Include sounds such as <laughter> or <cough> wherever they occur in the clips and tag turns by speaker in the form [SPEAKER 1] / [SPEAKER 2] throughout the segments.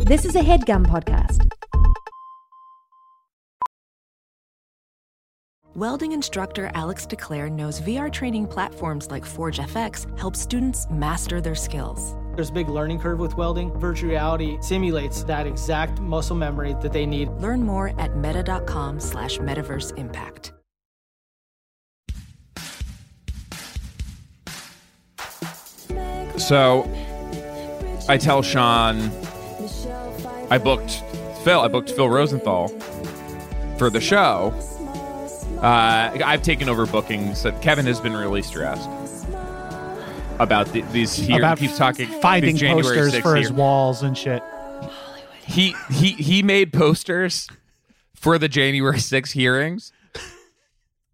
[SPEAKER 1] This is a headgum podcast.
[SPEAKER 2] Welding instructor Alex DeClaire knows VR training platforms like Forge FX help students master their skills.
[SPEAKER 3] There's a big learning curve with welding. Virtual reality simulates that exact muscle memory that they need.
[SPEAKER 2] Learn more at meta.com slash metaverse impact.
[SPEAKER 4] So I tell Sean I booked Phil. I booked Phil Rosenthal for the show. Uh, I've taken over bookings. So Kevin has been really stressed about the, these. Here,
[SPEAKER 5] About
[SPEAKER 4] he keeps talking
[SPEAKER 5] Finding
[SPEAKER 4] these January
[SPEAKER 5] posters
[SPEAKER 4] 6th
[SPEAKER 5] for his
[SPEAKER 4] here.
[SPEAKER 5] walls and shit.
[SPEAKER 4] He he he made posters for the January 6th hearings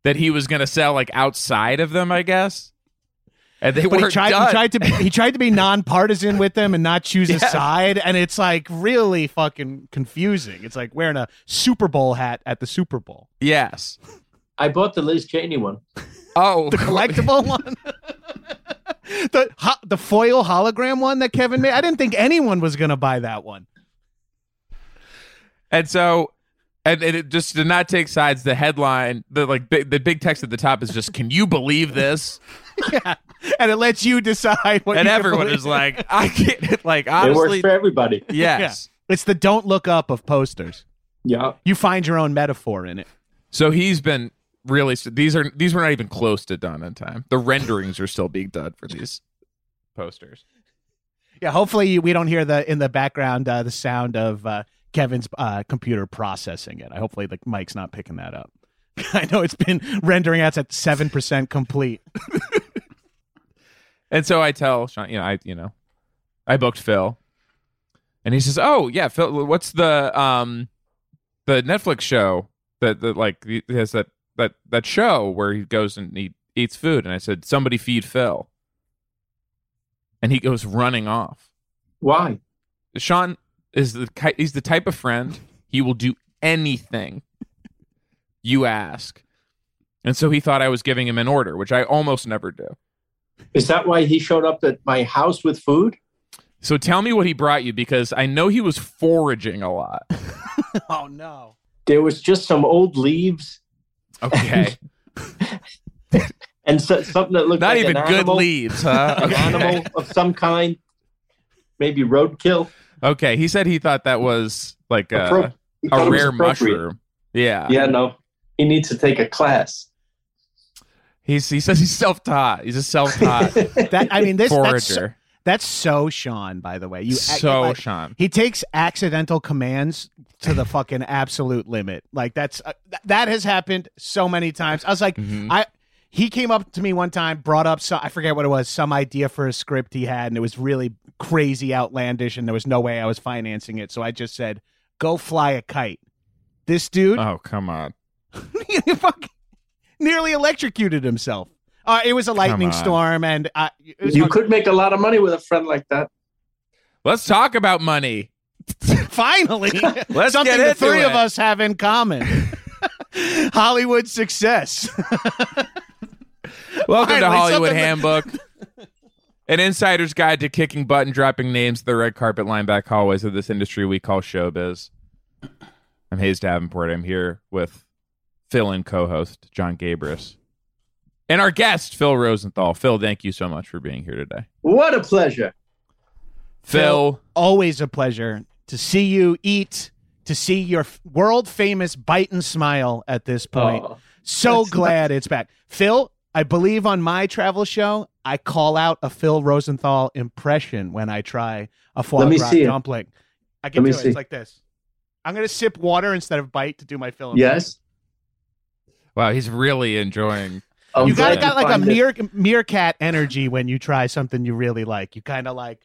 [SPEAKER 4] that he was going to sell like outside of them, I guess. And they
[SPEAKER 5] But
[SPEAKER 4] were
[SPEAKER 5] he tried,
[SPEAKER 4] done.
[SPEAKER 5] he tried to he tried
[SPEAKER 4] <laughs>
[SPEAKER 5] to be nonpartisan with them and not choose a
[SPEAKER 4] Yeah.
[SPEAKER 5] side, and it's like really fucking confusing. It's like wearing a Super Bowl hat at the Super Bowl,
[SPEAKER 4] Yes.
[SPEAKER 6] I bought the Liz Cheney one.
[SPEAKER 4] Oh, <laughs>
[SPEAKER 5] the collectible one, <laughs> the ho- the foil hologram one that Kevin made. I didn't think anyone was gonna buy that one.
[SPEAKER 4] And so, and, and it just did not take sides. The headline, the like, big, the big text at the top is just, "Can you believe this?"
[SPEAKER 5] Yeah, and it lets you decide what.
[SPEAKER 4] and
[SPEAKER 5] you <laughs> can
[SPEAKER 4] everyone
[SPEAKER 5] believe.
[SPEAKER 4] is
[SPEAKER 5] <laughs>
[SPEAKER 4] like, "I can't." Like,
[SPEAKER 6] it works
[SPEAKER 4] honestly,
[SPEAKER 6] for everybody.
[SPEAKER 4] yes.
[SPEAKER 5] it's the don't look up of posters.
[SPEAKER 6] Yeah.
[SPEAKER 5] You find your own metaphor in it.
[SPEAKER 4] So he's been really. so These are these were not even close to done on time. The renderings are still being done for these posters.
[SPEAKER 5] Yeah, hopefully we don't hear the in the background uh, the sound of uh, Kevin's uh, computer processing it. I hopefully the mic's not picking that up. <laughs> I know it's been rendering ads at seven percent complete.
[SPEAKER 4] And so I tell Sean, you know, I you know, I booked Phil, and he says, "Oh yeah, Phil, what's the um, the Netflix show that that like he has that that that show where he goes and he eats food?" And I said, "Somebody feed Phil," and he goes running off.
[SPEAKER 6] Why?
[SPEAKER 4] Sean is the ki- he's the type of friend he will do anything you ask, and so he thought I was giving him an order, which I almost never do.
[SPEAKER 6] Is that why he showed up at my house with food?
[SPEAKER 4] So tell me what he brought you because I know he was foraging a lot.
[SPEAKER 5] <laughs> Oh no!
[SPEAKER 6] There was just some old leaves
[SPEAKER 5] <laughs>
[SPEAKER 4] Okay.
[SPEAKER 6] and so, something that looked
[SPEAKER 4] Not
[SPEAKER 6] like
[SPEAKER 4] even
[SPEAKER 6] an
[SPEAKER 4] good
[SPEAKER 6] animal,
[SPEAKER 4] leaves, huh?
[SPEAKER 6] an
[SPEAKER 4] Okay. <laughs>
[SPEAKER 6] animal of some kind, maybe roadkill.
[SPEAKER 4] Okay, he said he thought that was like a,
[SPEAKER 6] Appro- he thought
[SPEAKER 4] a
[SPEAKER 6] it was
[SPEAKER 4] rare
[SPEAKER 6] appropriate.
[SPEAKER 4] mushroom. Yeah.
[SPEAKER 6] Yeah, no. He needs to take a class.
[SPEAKER 4] He's, he says he's self taught. He's a self
[SPEAKER 5] <laughs>
[SPEAKER 4] taught
[SPEAKER 5] That I mean this that's so,
[SPEAKER 4] forager.
[SPEAKER 5] that's so Sean. By the way, you act-
[SPEAKER 4] so,
[SPEAKER 5] like, <laughs>
[SPEAKER 4] Sean.
[SPEAKER 5] he takes accidental commands to the fucking absolute limit. Like that's uh, th- that has happened so many times. I was like,
[SPEAKER 4] Mhm.
[SPEAKER 5] I he came up to me one time, brought up some I forget what it was, some idea for a script he had, and it was really crazy, outlandish, and there was no way I was financing it. So I just said, "Go fly a kite." This dude
[SPEAKER 4] Oh, come on.
[SPEAKER 5] <laughs> he fucking nearly electrocuted himself. Uh, it was a lightning
[SPEAKER 4] on.
[SPEAKER 5] storm, and I, it was
[SPEAKER 6] You
[SPEAKER 5] fucking-
[SPEAKER 6] could make a lot of money with a friend like that.
[SPEAKER 4] Let's talk about money. <laughs>
[SPEAKER 5] finally
[SPEAKER 4] Let's
[SPEAKER 5] something
[SPEAKER 4] get
[SPEAKER 5] the
[SPEAKER 4] into
[SPEAKER 5] three of
[SPEAKER 4] it.
[SPEAKER 5] us have in common
[SPEAKER 4] <laughs>
[SPEAKER 5] hollywood success
[SPEAKER 4] Welcome to
[SPEAKER 5] Finally,
[SPEAKER 4] Hollywood
[SPEAKER 5] something that- <laughs>
[SPEAKER 4] Handbook, an insider's guide to kicking butt and dropping names the red carpet lineback hallways of this industry we call showbiz. I'm Hayes Davenport. I'm here with Phil and co-host John Gabris and our guest Phil Rosenthal. Phil, thank you so much for being here today.
[SPEAKER 6] What a pleasure.
[SPEAKER 4] Phil,
[SPEAKER 5] always a pleasure to see you eat to see your world famous bite and smile at this point
[SPEAKER 6] Oh,
[SPEAKER 5] so
[SPEAKER 6] that's-
[SPEAKER 5] glad it's back phil i believe on my travel show i call out a phil rosenthal impression when i try a foie
[SPEAKER 6] Let me
[SPEAKER 5] gras
[SPEAKER 6] see it.
[SPEAKER 5] dumpling i can
[SPEAKER 6] Let me
[SPEAKER 5] do it
[SPEAKER 6] see.
[SPEAKER 5] it's like this i'm gonna sip water instead of bite to do my phil impression.
[SPEAKER 6] yes.
[SPEAKER 4] wow, he's really enjoying.
[SPEAKER 6] I'm
[SPEAKER 5] you gotta
[SPEAKER 6] glad
[SPEAKER 5] got like a
[SPEAKER 6] find it.
[SPEAKER 5] mere, meerkat energy when you try something you really like. You kind of like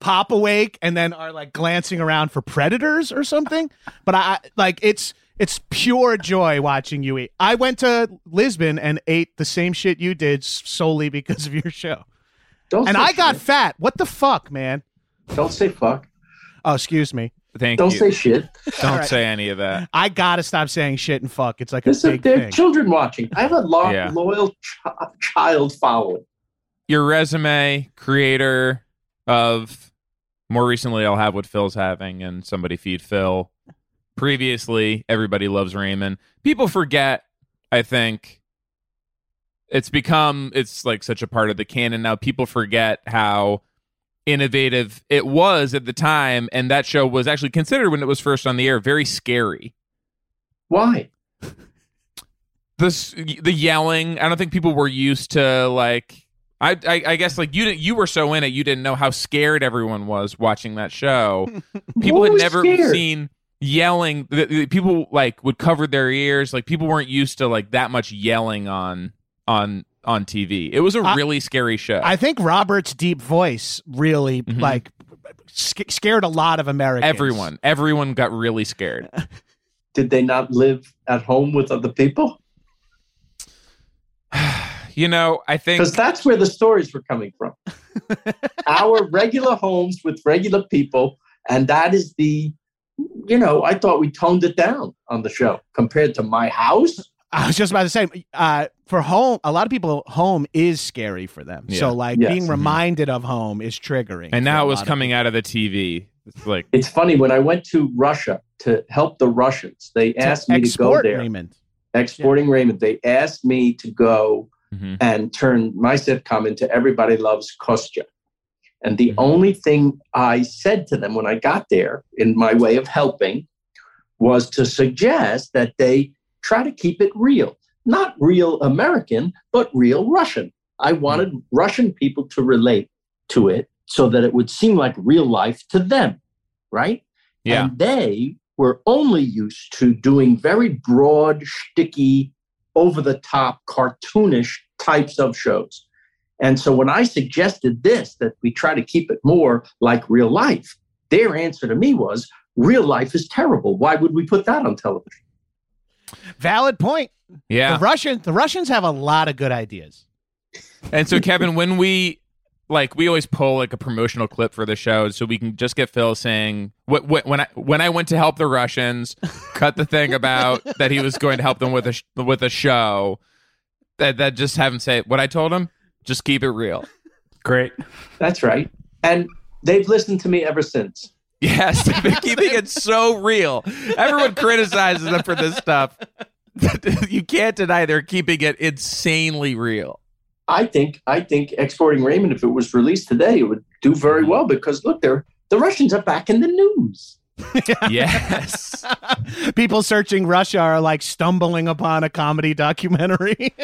[SPEAKER 5] pop awake and then are like glancing around for predators or something. But I like it's it's pure joy watching you eat. I went to Lisbon and ate the same shit you did s- solely because of your show,
[SPEAKER 6] Don't
[SPEAKER 5] and
[SPEAKER 6] say
[SPEAKER 5] I got
[SPEAKER 6] <laughs> shit.
[SPEAKER 5] fat. What the fuck, man?
[SPEAKER 6] Don't say fuck.
[SPEAKER 5] Oh, excuse me.
[SPEAKER 4] Thank
[SPEAKER 6] Don't
[SPEAKER 4] you.
[SPEAKER 6] say shit.
[SPEAKER 4] Don't
[SPEAKER 5] All right.
[SPEAKER 4] say any of that.
[SPEAKER 5] I gotta stop saying shit and fuck. It's like a
[SPEAKER 6] Listen,
[SPEAKER 5] big
[SPEAKER 6] there are
[SPEAKER 5] thing.
[SPEAKER 6] children watching. I have a lo-
[SPEAKER 4] Yeah.
[SPEAKER 6] loyal chi- child following.
[SPEAKER 4] Your resume, creator of More recently, I'll have what Phil's having and somebody feed Phil. Previously, everybody loves Raymond. People forget, I think. It's become it's like such a part of the canon now. People forget how innovative it was at the time and that show was actually considered when it was first on the air very scary.
[SPEAKER 6] Why?
[SPEAKER 4] This the yelling, I don't think people were used to like I, I, I guess like you didn't you were so in it you didn't know how scared everyone was watching that
[SPEAKER 6] <laughs>
[SPEAKER 4] show. people
[SPEAKER 6] What
[SPEAKER 4] had
[SPEAKER 6] was
[SPEAKER 4] never
[SPEAKER 6] scared?
[SPEAKER 4] seen yelling. The, the people like would cover their ears. Like people weren't used to like that much yelling on on on TV. It was a
[SPEAKER 5] I-
[SPEAKER 4] really scary show.
[SPEAKER 5] I think Robert's deep voice really
[SPEAKER 4] Mhm.
[SPEAKER 5] like sc- scared a lot of Americans.
[SPEAKER 4] everyone everyone got really
[SPEAKER 6] <laughs>
[SPEAKER 4] scared.
[SPEAKER 6] Did they not live at home with other people?
[SPEAKER 4] You know, I think
[SPEAKER 6] Because that's where the stories were coming from.
[SPEAKER 4] <laughs>
[SPEAKER 6] Our regular homes with regular people. And that is the, you know, I thought we toned it down on the show compared to my house.
[SPEAKER 5] I was just about to say, uh, for home, a lot of people, home is scary for them.
[SPEAKER 4] Yeah.
[SPEAKER 5] So, like,
[SPEAKER 6] Yes.
[SPEAKER 5] being
[SPEAKER 6] Mhm.
[SPEAKER 5] reminded of home is triggering.
[SPEAKER 4] and
[SPEAKER 5] for
[SPEAKER 4] now
[SPEAKER 5] a
[SPEAKER 4] it was
[SPEAKER 5] lot of
[SPEAKER 4] coming out of the TV. It's like
[SPEAKER 6] It's funny when I went to Russia to help the Russians, they
[SPEAKER 5] people.
[SPEAKER 6] asked me to go
[SPEAKER 5] Export
[SPEAKER 6] there.
[SPEAKER 5] Raymond.
[SPEAKER 6] Exporting Raymond, they asked me to go
[SPEAKER 4] mhm.
[SPEAKER 6] and turn my sitcom into Everybody Loves Kostya. And the
[SPEAKER 4] Mhm.
[SPEAKER 6] only thing I said to them when I got there, in my way of helping, was to suggest that they try to keep it real. Not real American, but real Russian. I wanted Russian people to relate to it so that it would seem like real life to them, right?
[SPEAKER 4] yeah.
[SPEAKER 6] And they were only used to doing very broad, sticky, over the top, cartoonish types of shows. And so when I suggested this, that we try to keep it more like real life, their answer to me was real life is terrible. Why would we put that on television?
[SPEAKER 5] Valid point.
[SPEAKER 4] Yeah.
[SPEAKER 5] The Russian, the Russians have a lot of good ideas. <laughs>
[SPEAKER 4] And so, Kevin, when we like, we always pull like a promotional clip for the show, so we can just get Phil saying what, what when I when I went to help the Russians, cut the thing about that he was going to help them with a sh- with a show. That that just have him say what I told him. Just keep it real. <laughs>
[SPEAKER 7] Great.
[SPEAKER 6] That's right. And they've listened to me ever since.
[SPEAKER 4] Yes, they've been keeping it so real. Everyone criticizes them for this stuff. <laughs> you can't deny they're keeping it insanely real.
[SPEAKER 6] I think I think exporting Raymond, if it was released today, it would do very well because look, they're the Russians are back in the news.
[SPEAKER 4] Yes.
[SPEAKER 5] People searching Russia are like stumbling upon a comedy documentary.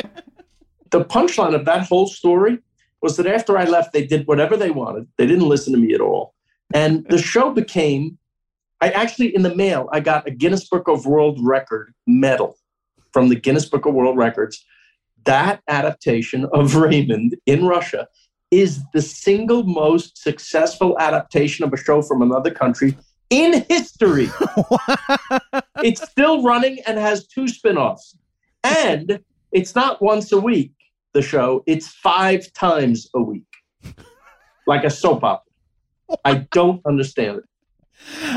[SPEAKER 6] the punchline of that whole story was that after I left, they did whatever they wanted. They didn't listen to me at all. And the show became, I actually, in the mail, I got a Guinness Book of World Record medal from the Guinness Book of World Records. That adaptation of <laughs> Raymond in Russia is the single most successful adaptation of a show from another country in history. it's still running and has two spin offs. And it's not once a week the show it's five times
[SPEAKER 4] <laughs>
[SPEAKER 6] a week like a soap opera i don't understand it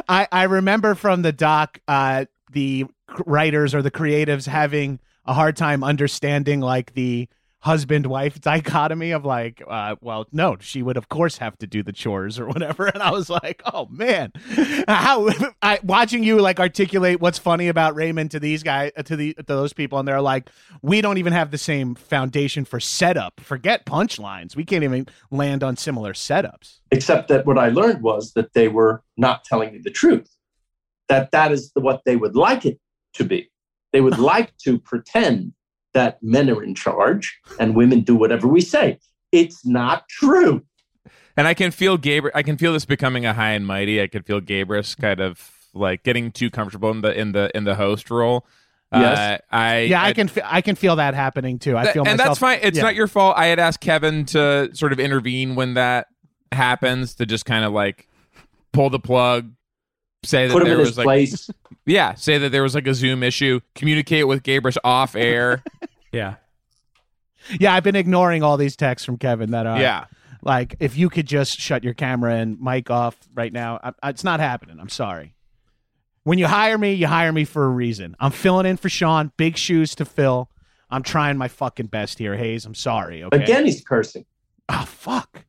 [SPEAKER 5] I, I remember from the doc uh, the c- writers or the creatives having a hard time understanding like the husband wife <laughs> dichotomy of like uh, well no she would of course have to do the chores or whatever <laughs> and i was like oh man how <laughs> I, watching you like articulate what's funny about raymond to these guys to the to those people and they're like we don't even have the same foundation for setup forget punchlines we can't even land on similar setups
[SPEAKER 6] except that what i learned was that they were not telling me the truth that that is the, what they would like it to be
[SPEAKER 4] <laughs>
[SPEAKER 6] they would like to pretend that men are in charge and women do whatever we say it's not true
[SPEAKER 4] And I can feel Gabr. I can feel this becoming a high and mighty. I can feel Gabrus kind of like getting too comfortable in the in the in the host role.
[SPEAKER 6] Yes.
[SPEAKER 4] Uh, I
[SPEAKER 5] yeah, I, can feel I can feel that happening too. I
[SPEAKER 4] that-
[SPEAKER 5] feel
[SPEAKER 4] and
[SPEAKER 5] myself,
[SPEAKER 4] that's fine. It's
[SPEAKER 5] yeah.
[SPEAKER 4] not your fault. I had asked Kevin to sort of intervene when that happens to just kind of like pull the plug, say that
[SPEAKER 6] put him
[SPEAKER 4] there
[SPEAKER 6] in his
[SPEAKER 4] was like <laughs>
[SPEAKER 6] place
[SPEAKER 4] yeah, say that there was like a Zoom issue, communicate with Gabrus off air.
[SPEAKER 5] <laughs>
[SPEAKER 7] Yeah.
[SPEAKER 5] Yeah, I've been ignoring all these texts from Kevin that are
[SPEAKER 4] yeah.
[SPEAKER 5] like, if you could just shut your camera and mic off right now, I, I- it's not happening. I'm sorry. When you hire me, you hire me for a reason. I'm filling in for Sean. Big shoes to fill. I'm trying my fucking best here, Hayes. I'm sorry. Okay.
[SPEAKER 6] again he's cursing
[SPEAKER 5] Oh fuck.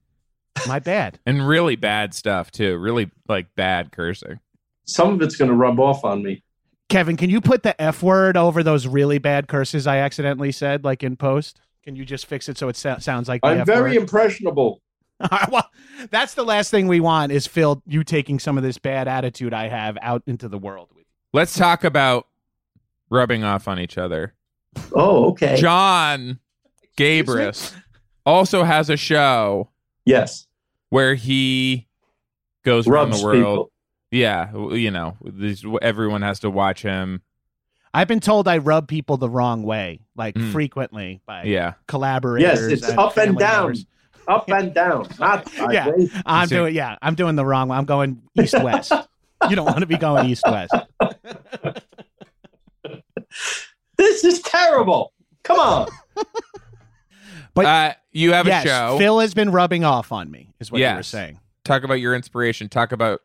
[SPEAKER 5] My bad.
[SPEAKER 4] and really bad stuff too. Really like bad cursing.
[SPEAKER 6] Some of it's going to rub off on me.
[SPEAKER 5] Kevin, can you put the F word over those really bad curses I accidentally said, like in post? Can you just fix it so it so- sounds like the
[SPEAKER 6] I'm
[SPEAKER 5] F
[SPEAKER 6] very
[SPEAKER 5] word?
[SPEAKER 6] impressionable.
[SPEAKER 5] <laughs> All right, well, that's the last thing we want is Phil, you taking some of this bad attitude I have out into the world with you.
[SPEAKER 4] Let's talk about rubbing off on each other.
[SPEAKER 6] Oh, okay.
[SPEAKER 4] John Gabris also has a show
[SPEAKER 6] yes.
[SPEAKER 4] where he goes around
[SPEAKER 6] Rubs
[SPEAKER 4] the world.
[SPEAKER 6] people.
[SPEAKER 4] Yeah, w- you know, these, everyone has to watch him.
[SPEAKER 5] I've been told I rub people the wrong way, like
[SPEAKER 4] Mm.
[SPEAKER 5] frequently by
[SPEAKER 4] Yeah,
[SPEAKER 5] collaborators.
[SPEAKER 6] it's up and
[SPEAKER 5] family
[SPEAKER 6] down.
[SPEAKER 5] members.
[SPEAKER 6] Up and
[SPEAKER 5] <laughs>
[SPEAKER 6] down. Not
[SPEAKER 5] Yeah.
[SPEAKER 6] sideways.
[SPEAKER 5] I'm
[SPEAKER 4] So-
[SPEAKER 5] doing yeah, I'm doing the wrong way. I'm going east
[SPEAKER 4] <laughs>
[SPEAKER 5] west. you don't want to be going east west.
[SPEAKER 6] This is terrible. Come on.
[SPEAKER 5] But-
[SPEAKER 4] uh, you have
[SPEAKER 5] yes,
[SPEAKER 4] a show.
[SPEAKER 5] Phil has been rubbing off on me, is what you were
[SPEAKER 4] Yes.
[SPEAKER 5] saying.
[SPEAKER 4] talk about your inspiration. Talk about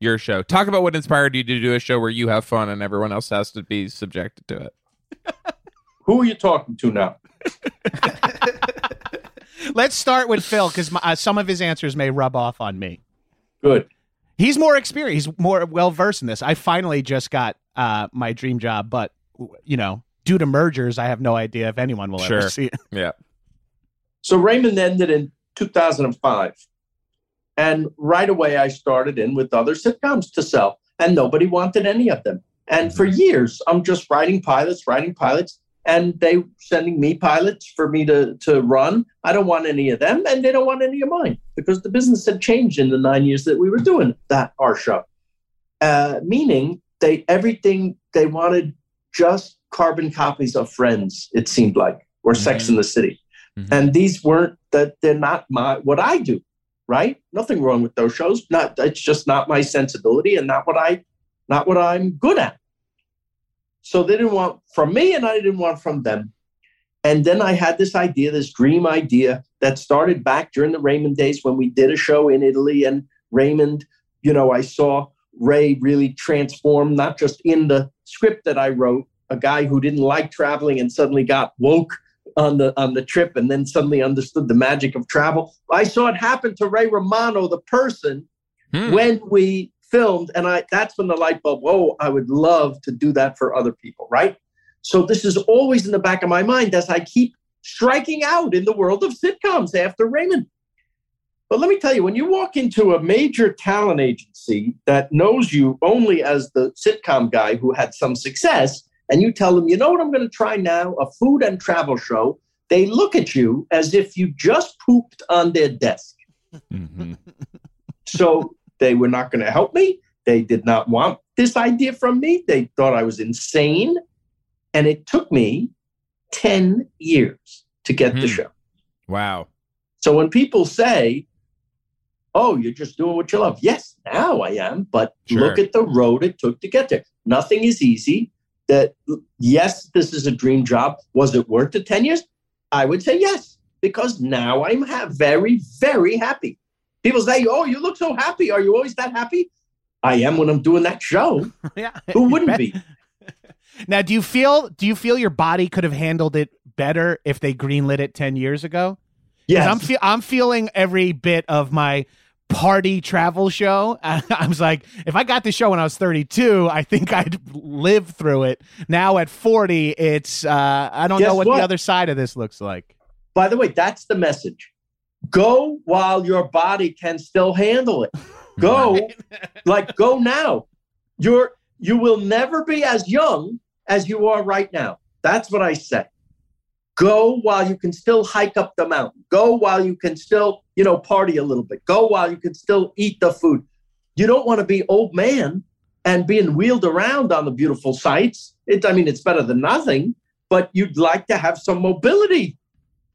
[SPEAKER 4] your show. Talk about what inspired you to do a show where you have fun and everyone else has to be subjected to it.
[SPEAKER 6] Who are you talking to now?
[SPEAKER 5] Let's start with Phil because uh, some of his answers may rub off on me.
[SPEAKER 6] Good.
[SPEAKER 5] He's more experienced, he's more well versed in this. I finally just got uh, my dream job, but you know, due to mergers, I have no idea if anyone will ever
[SPEAKER 4] Sure.
[SPEAKER 5] see it. <laughs>
[SPEAKER 4] Yeah.
[SPEAKER 6] So Raymond ended in 2005. And right away, I started in with other sitcoms to sell, and nobody wanted any of them. And for years, I'm just writing pilots, writing pilots, and they sending me pilots for me to, to run. I don't want any of them, and they don't want any of mine because the business had changed in the nine years that we were doing that our show. Uh, meaning they everything they wanted just carbon copies of Friends. It seemed like or Sex
[SPEAKER 4] Mhm.
[SPEAKER 6] in the City,
[SPEAKER 4] Mhm.
[SPEAKER 6] and these weren't that they're not my what I do right? Nothing wrong with those shows. Not it's just not my sensibility and not what I not what I'm good at. So they didn't want from me and I didn't want from them. And then I had this idea, this dream idea that started back during the Raymond days when we did a show in Italy and Raymond, you know, I saw Ray really transform, not just in the script that I wrote, a guy who didn't like traveling and suddenly got woke on the on the trip and then suddenly understood the magic of travel. I saw it happen to Ray Romano, the person,
[SPEAKER 4] Hmm.
[SPEAKER 6] when we filmed, and I that's when the light bulb, oh, I would love to do that for other people, right? So this is always in the back of my mind as I keep striking out in the world of sitcoms after Raymond. But let me tell you, when you walk into a major talent agency that knows you only as the sitcom guy who had some success, and you tell them, you know what I'm going to try now? A food and travel show. They look at you as if you just pooped on their desk.
[SPEAKER 4] Mhm.
[SPEAKER 6] So they were not going to help me. They did not want this idea from me. They thought I was insane. And it took me 10 years to get
[SPEAKER 4] Hmm.
[SPEAKER 6] the show.
[SPEAKER 4] Wow.
[SPEAKER 6] So when people say, Oh, you're just doing what you love. Yes, now I am, but
[SPEAKER 4] Sure.
[SPEAKER 6] look at the road it took to get there. Nothing is easy. That yes, this is a dream job. Was it worth the 10 years? I would say yes, because now I'm ha- very, very happy. People say, Oh, you look so happy. Are you always that happy? I am when I'm doing that show.
[SPEAKER 5] yeah,
[SPEAKER 6] Who
[SPEAKER 5] you
[SPEAKER 6] wouldn't
[SPEAKER 5] bet.
[SPEAKER 6] be?
[SPEAKER 5] <laughs> Now, do you feel do you feel your body could have handled it better if they greenlit it ten years ago? 'Cause
[SPEAKER 6] Yes.
[SPEAKER 5] I'm fe- I'm feeling every bit of my party travel show. <laughs> I was like, if I got this show when I was 32, I think I'd live through it. Now at 40, it's uh, I don't know
[SPEAKER 6] Guess
[SPEAKER 5] what,
[SPEAKER 6] what?
[SPEAKER 5] the other side of this looks like.
[SPEAKER 6] By the way, that's the message. Go while your body can still handle it. Go, like go now. You're you will never be as young as you are right now. That's what I say. Go while you can still hike up the mountain. Go while you can still, you know, party a little bit. Go while you can still eat the food. You don't want to be old man and being wheeled around on the beautiful sights. It, I mean, it's better than nothing, but you'd like to have some mobility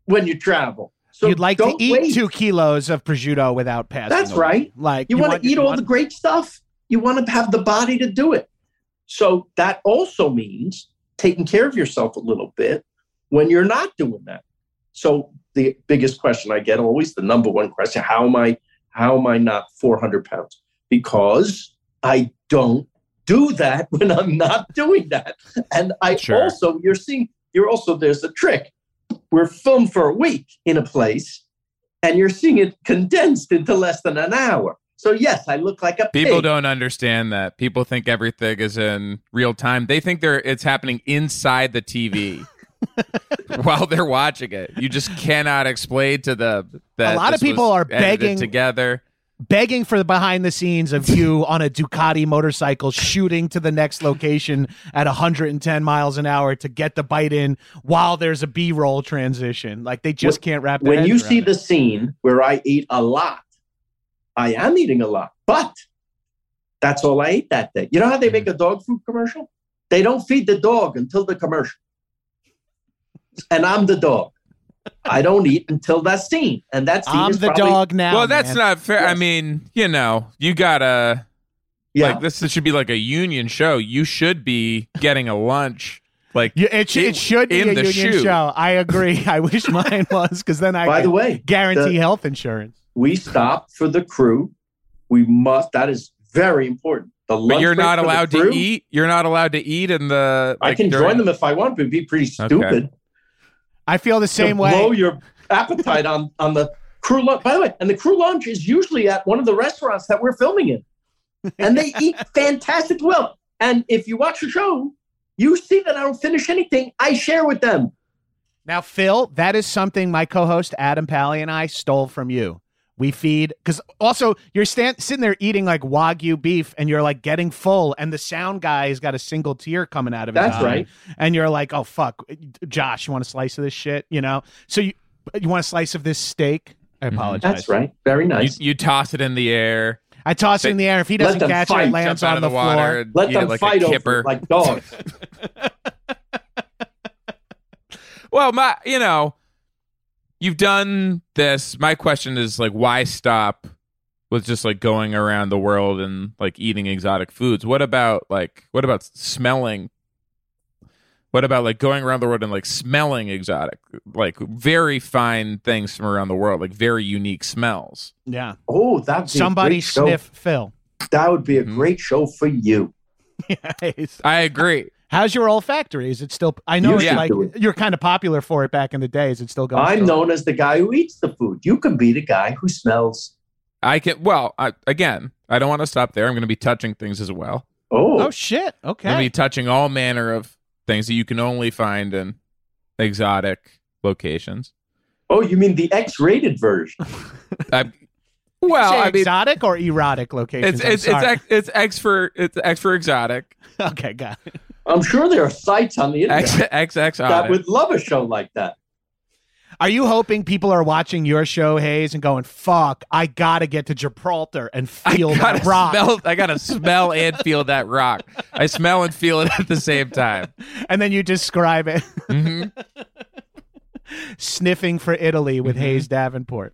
[SPEAKER 6] when you travel. So
[SPEAKER 5] You'd like to
[SPEAKER 6] don't
[SPEAKER 5] eat
[SPEAKER 6] wait.
[SPEAKER 5] two kilos of prosciutto without passing.
[SPEAKER 6] That's
[SPEAKER 5] away.
[SPEAKER 6] right.
[SPEAKER 5] Like
[SPEAKER 6] You, want
[SPEAKER 5] want-
[SPEAKER 6] to eat
[SPEAKER 5] you
[SPEAKER 6] all
[SPEAKER 5] want-
[SPEAKER 6] the great stuff. You want to have the body to do it. So that also means taking care of yourself a little bit when you're not doing that. So the biggest question I get always the number one question, how am I how am I not 400 pounds? Because I don't do that <laughs> when I'm not doing that. And I
[SPEAKER 4] Sure.
[SPEAKER 6] also you're seeing you're also there's a trick. We're filmed for a week in a place and you're seeing it condensed into less than an hour. So yes, I look like a
[SPEAKER 4] People
[SPEAKER 6] pig.
[SPEAKER 4] don't understand that. People think everything is in real time. They think they're it's happening inside the
[SPEAKER 5] <laughs>
[SPEAKER 4] TV while they're watching it. You just cannot explain to them that
[SPEAKER 5] A lot of
[SPEAKER 4] this
[SPEAKER 5] people
[SPEAKER 4] was
[SPEAKER 5] are
[SPEAKER 4] edited
[SPEAKER 5] begging-
[SPEAKER 4] together.
[SPEAKER 5] begging for the behind the scenes of you on a Ducati motorcycle shooting to the next location at 110 miles an hour to get the bite in while there's a B roll transition. Like they just can't wrap their
[SPEAKER 6] when
[SPEAKER 5] heads
[SPEAKER 6] you
[SPEAKER 5] around
[SPEAKER 6] see
[SPEAKER 5] it.
[SPEAKER 6] the scene where I eat a lot, I am eating a lot, but that's all I ate that day. You know how they make a
[SPEAKER 5] Mm-hmm.
[SPEAKER 6] dog food commercial? They don't feed the dog until the commercial. And I'm the dog. I don't eat until that scene. And that scene
[SPEAKER 5] I'm
[SPEAKER 6] is
[SPEAKER 5] the
[SPEAKER 6] probably-
[SPEAKER 5] dog now.
[SPEAKER 4] well, that's
[SPEAKER 5] Oh, man.
[SPEAKER 4] not fair. I
[SPEAKER 6] Yes.
[SPEAKER 4] mean, you know, you gotta
[SPEAKER 6] Yeah.
[SPEAKER 4] like this. should be like a union show. You should be getting a lunch. Like
[SPEAKER 5] You- it, sh- it,
[SPEAKER 4] It-
[SPEAKER 5] should be
[SPEAKER 4] in
[SPEAKER 5] a
[SPEAKER 4] the
[SPEAKER 5] union
[SPEAKER 4] shoe.
[SPEAKER 5] show. I agree. <laughs> I wish mine was because then I
[SPEAKER 6] By
[SPEAKER 5] could
[SPEAKER 6] the way,
[SPEAKER 5] guarantee
[SPEAKER 6] the-
[SPEAKER 5] health insurance.
[SPEAKER 6] we stop for the crew. We must. That is very important. The
[SPEAKER 4] but
[SPEAKER 6] lunch
[SPEAKER 4] you're
[SPEAKER 6] break
[SPEAKER 4] not
[SPEAKER 6] for the
[SPEAKER 4] allowed
[SPEAKER 6] crew,
[SPEAKER 4] to eat. You're not allowed to eat in the.
[SPEAKER 6] I
[SPEAKER 4] like,
[SPEAKER 6] can
[SPEAKER 4] during-
[SPEAKER 6] join them if I want, but it'd be pretty
[SPEAKER 4] Okay.
[SPEAKER 6] stupid.
[SPEAKER 5] I feel the same
[SPEAKER 6] to
[SPEAKER 5] way.
[SPEAKER 6] Blow your appetite on on the crew lunch. By the way, and the crew lunch is usually at one of the restaurants that we're filming in, and they
[SPEAKER 5] <laughs>
[SPEAKER 6] eat fantastic well. And if you watch the show, you see that I don't finish anything. I share with them.
[SPEAKER 5] Now, Phil, that is something my co-host Adam Pally and I stole from you. We feed because also you're stand, sitting there eating like wagyu beef, and you're like getting full, and the sound guy has got a single tear coming out of his
[SPEAKER 6] That's
[SPEAKER 5] eye,
[SPEAKER 6] right.
[SPEAKER 5] and you're like, "Oh fuck, Josh, you want a slice of this shit?" You know, so you you want a slice of this steak? I
[SPEAKER 4] Mhm.
[SPEAKER 5] apologize.
[SPEAKER 6] That's right. Very
[SPEAKER 4] You,
[SPEAKER 6] nice.
[SPEAKER 4] you toss it in the air.
[SPEAKER 5] I toss it in the air. If he
[SPEAKER 6] Let
[SPEAKER 5] doesn't
[SPEAKER 6] them
[SPEAKER 5] catch it, it
[SPEAKER 6] fight,
[SPEAKER 5] lands
[SPEAKER 4] jump out
[SPEAKER 5] on
[SPEAKER 4] of
[SPEAKER 5] the,
[SPEAKER 4] the,
[SPEAKER 5] floor.
[SPEAKER 4] water. and
[SPEAKER 6] Let
[SPEAKER 4] eat
[SPEAKER 6] them
[SPEAKER 4] it like
[SPEAKER 6] fight
[SPEAKER 4] a
[SPEAKER 6] over
[SPEAKER 4] kipper.
[SPEAKER 6] it like
[SPEAKER 4] <laughs>
[SPEAKER 6] dogs.
[SPEAKER 4] Well, my, you know, you've done this. My question is like, why stop with just like going around the world and like eating exotic foods? What about like, what about smelling? What about like going around the world and like smelling exotic, like very fine things from around the world, like very unique smells?
[SPEAKER 5] Yeah,
[SPEAKER 6] oh, that
[SPEAKER 5] somebody sniff Phil. <laughs>
[SPEAKER 6] That would be a
[SPEAKER 4] Mhm.
[SPEAKER 6] great show for you.
[SPEAKER 5] Yes.
[SPEAKER 4] I agree.
[SPEAKER 5] How's your olfactory? Is it still? I know
[SPEAKER 6] You
[SPEAKER 5] it's
[SPEAKER 4] should
[SPEAKER 5] like
[SPEAKER 6] do it.
[SPEAKER 5] you're kind of popular for it back in the day. Is it still going?
[SPEAKER 6] I'm
[SPEAKER 5] strong?
[SPEAKER 6] known as the guy who eats the food. You can be the guy who smells.
[SPEAKER 4] I can. Well, I, again, I don't want to stop there. I'm going to be touching things as well.
[SPEAKER 6] Oh,
[SPEAKER 5] Oh shit! Okay.
[SPEAKER 4] I'm going to be touching all manner of things that you can only find in exotic locations.
[SPEAKER 6] oh, you mean the
[SPEAKER 4] <laughs>
[SPEAKER 6] X-rated version?
[SPEAKER 5] <laughs>
[SPEAKER 4] I, well,
[SPEAKER 5] Say
[SPEAKER 4] I mean,
[SPEAKER 5] exotic or erotic locations.
[SPEAKER 4] it's it's
[SPEAKER 5] I'm
[SPEAKER 4] it's
[SPEAKER 5] sorry.
[SPEAKER 4] X, it's X for it's X for exotic,
[SPEAKER 5] <laughs> okay, got it.
[SPEAKER 6] I'm sure there are sites on the internet
[SPEAKER 4] X X X
[SPEAKER 6] that
[SPEAKER 4] odd.
[SPEAKER 6] would love a show like that.
[SPEAKER 5] Are you hoping people are watching your show, Hayes, and going, "Fuck, I gotta get to Gibraltar and
[SPEAKER 4] I
[SPEAKER 5] feel
[SPEAKER 4] gotta
[SPEAKER 5] that rock,"
[SPEAKER 4] smell. I gotta smell and feel that rock. I smell and feel it at the same time.
[SPEAKER 5] and then you describe it, <laughs>
[SPEAKER 4] hmm
[SPEAKER 5] sniffing for Italy
[SPEAKER 4] Mm-hmm.
[SPEAKER 5] with Hayes Davenport.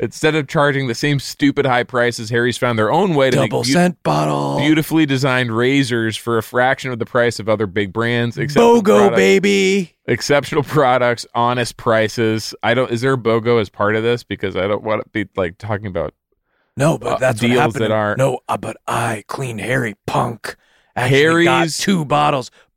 [SPEAKER 4] Instead of charging the same stupid high prices, Harry's found their own way to make
[SPEAKER 8] Double
[SPEAKER 4] beau-
[SPEAKER 8] scent bottle.
[SPEAKER 4] beautifully designed razors for a fraction of the price of other big brands. exceptional
[SPEAKER 8] BOGO
[SPEAKER 4] products-
[SPEAKER 8] baby.
[SPEAKER 4] exceptional products, honest prices. I don't. Is there a BOGO as part of this? Because I don't want to be like talking about
[SPEAKER 8] No,
[SPEAKER 4] Uh,
[SPEAKER 8] but that's
[SPEAKER 4] deals
[SPEAKER 8] what happened.
[SPEAKER 4] that aren't-
[SPEAKER 8] No, uh, but I clean Harry punk. Actually got
[SPEAKER 4] Harry's-
[SPEAKER 8] two bottles.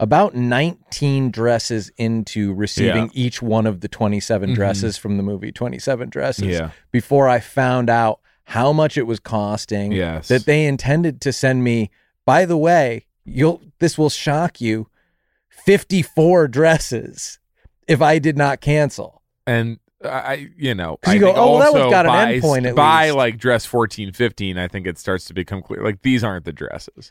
[SPEAKER 7] about 19 dresses into receiving
[SPEAKER 4] Yeah.
[SPEAKER 7] each one of the 27
[SPEAKER 4] Mhm.
[SPEAKER 7] dresses from the movie 27 Dresses before I found out how much it was costing
[SPEAKER 4] Yes.
[SPEAKER 7] that they intended to send me. By the way, you'll this will shock you. 54 dresses if I did not cancel.
[SPEAKER 4] and I, you know,
[SPEAKER 7] 'Cause
[SPEAKER 4] I
[SPEAKER 7] you go,
[SPEAKER 4] think
[SPEAKER 7] "Oh, well, that
[SPEAKER 4] also
[SPEAKER 7] one's got an
[SPEAKER 4] by,
[SPEAKER 7] end point at
[SPEAKER 4] by
[SPEAKER 7] least."
[SPEAKER 4] like dress fourteen, fifteen, I think it starts to become clear. Like these aren't the dresses.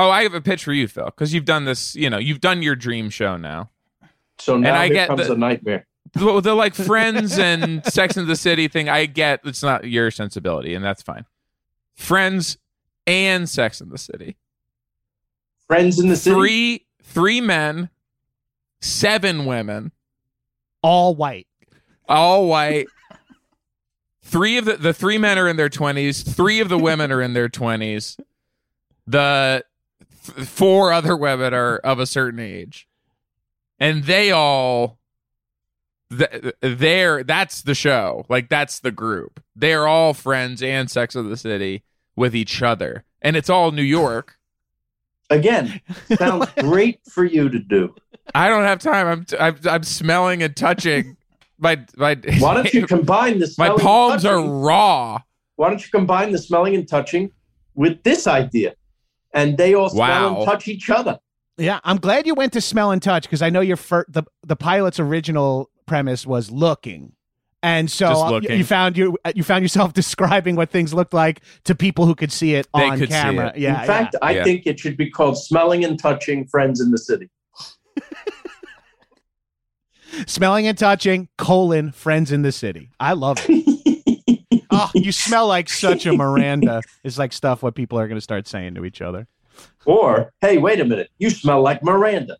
[SPEAKER 4] Oh, I have a pitch for you, Phil, because you've done this, you know, you've done your dream show now.
[SPEAKER 6] So now
[SPEAKER 4] I
[SPEAKER 6] here
[SPEAKER 4] get
[SPEAKER 6] comes
[SPEAKER 4] the-
[SPEAKER 6] a nightmare.
[SPEAKER 4] The, the, like <laughs> Friends and Sex and the City thing, I get it's not your sensibility, and that's fine. Friends and Sex and the City.
[SPEAKER 6] Friends in the city.
[SPEAKER 4] Three three men, seven women.
[SPEAKER 5] All white.
[SPEAKER 4] all white. Three of the the three men are in their twenties. Three of the women are in their twenties. The th- four other women are of a certain age, and they all th- they're that's the show. Like that's the group. They're all friends and Sex of the City with each other, and it's all New York. <laughs>
[SPEAKER 6] Again, sounds great for you to do.
[SPEAKER 4] I don't have time. I'm t- I'm, I'm smelling and touching. My my
[SPEAKER 6] Why don't you combine the
[SPEAKER 4] <laughs> my
[SPEAKER 6] smelling and
[SPEAKER 4] palms are
[SPEAKER 6] touching-
[SPEAKER 4] raw.
[SPEAKER 6] Why don't you combine the smelling and touching with this idea? And they all smell
[SPEAKER 4] Wow.
[SPEAKER 6] and touch each other.
[SPEAKER 5] Yeah, I'm glad you went to smell and touch because I know your fir- the the pilot's original premise was looking, and so
[SPEAKER 4] Just
[SPEAKER 5] uh, y-
[SPEAKER 4] looking.
[SPEAKER 5] you found you you found yourself <laughs> describing what things looked like to people who could see it
[SPEAKER 4] They
[SPEAKER 5] on
[SPEAKER 4] could see
[SPEAKER 5] camera.
[SPEAKER 4] it.
[SPEAKER 5] Yeah,
[SPEAKER 6] in fact, I
[SPEAKER 4] Yeah.
[SPEAKER 6] think it should be called Smelling and Touching Friends in the City.
[SPEAKER 5] yeah. smelling and touching colon friends in the city. I love it.
[SPEAKER 6] <laughs>
[SPEAKER 5] oh, you smell like such a Miranda. It's like stuff what people are going to start saying to each other.
[SPEAKER 6] Or, hey, wait a minute, you smell like Miranda.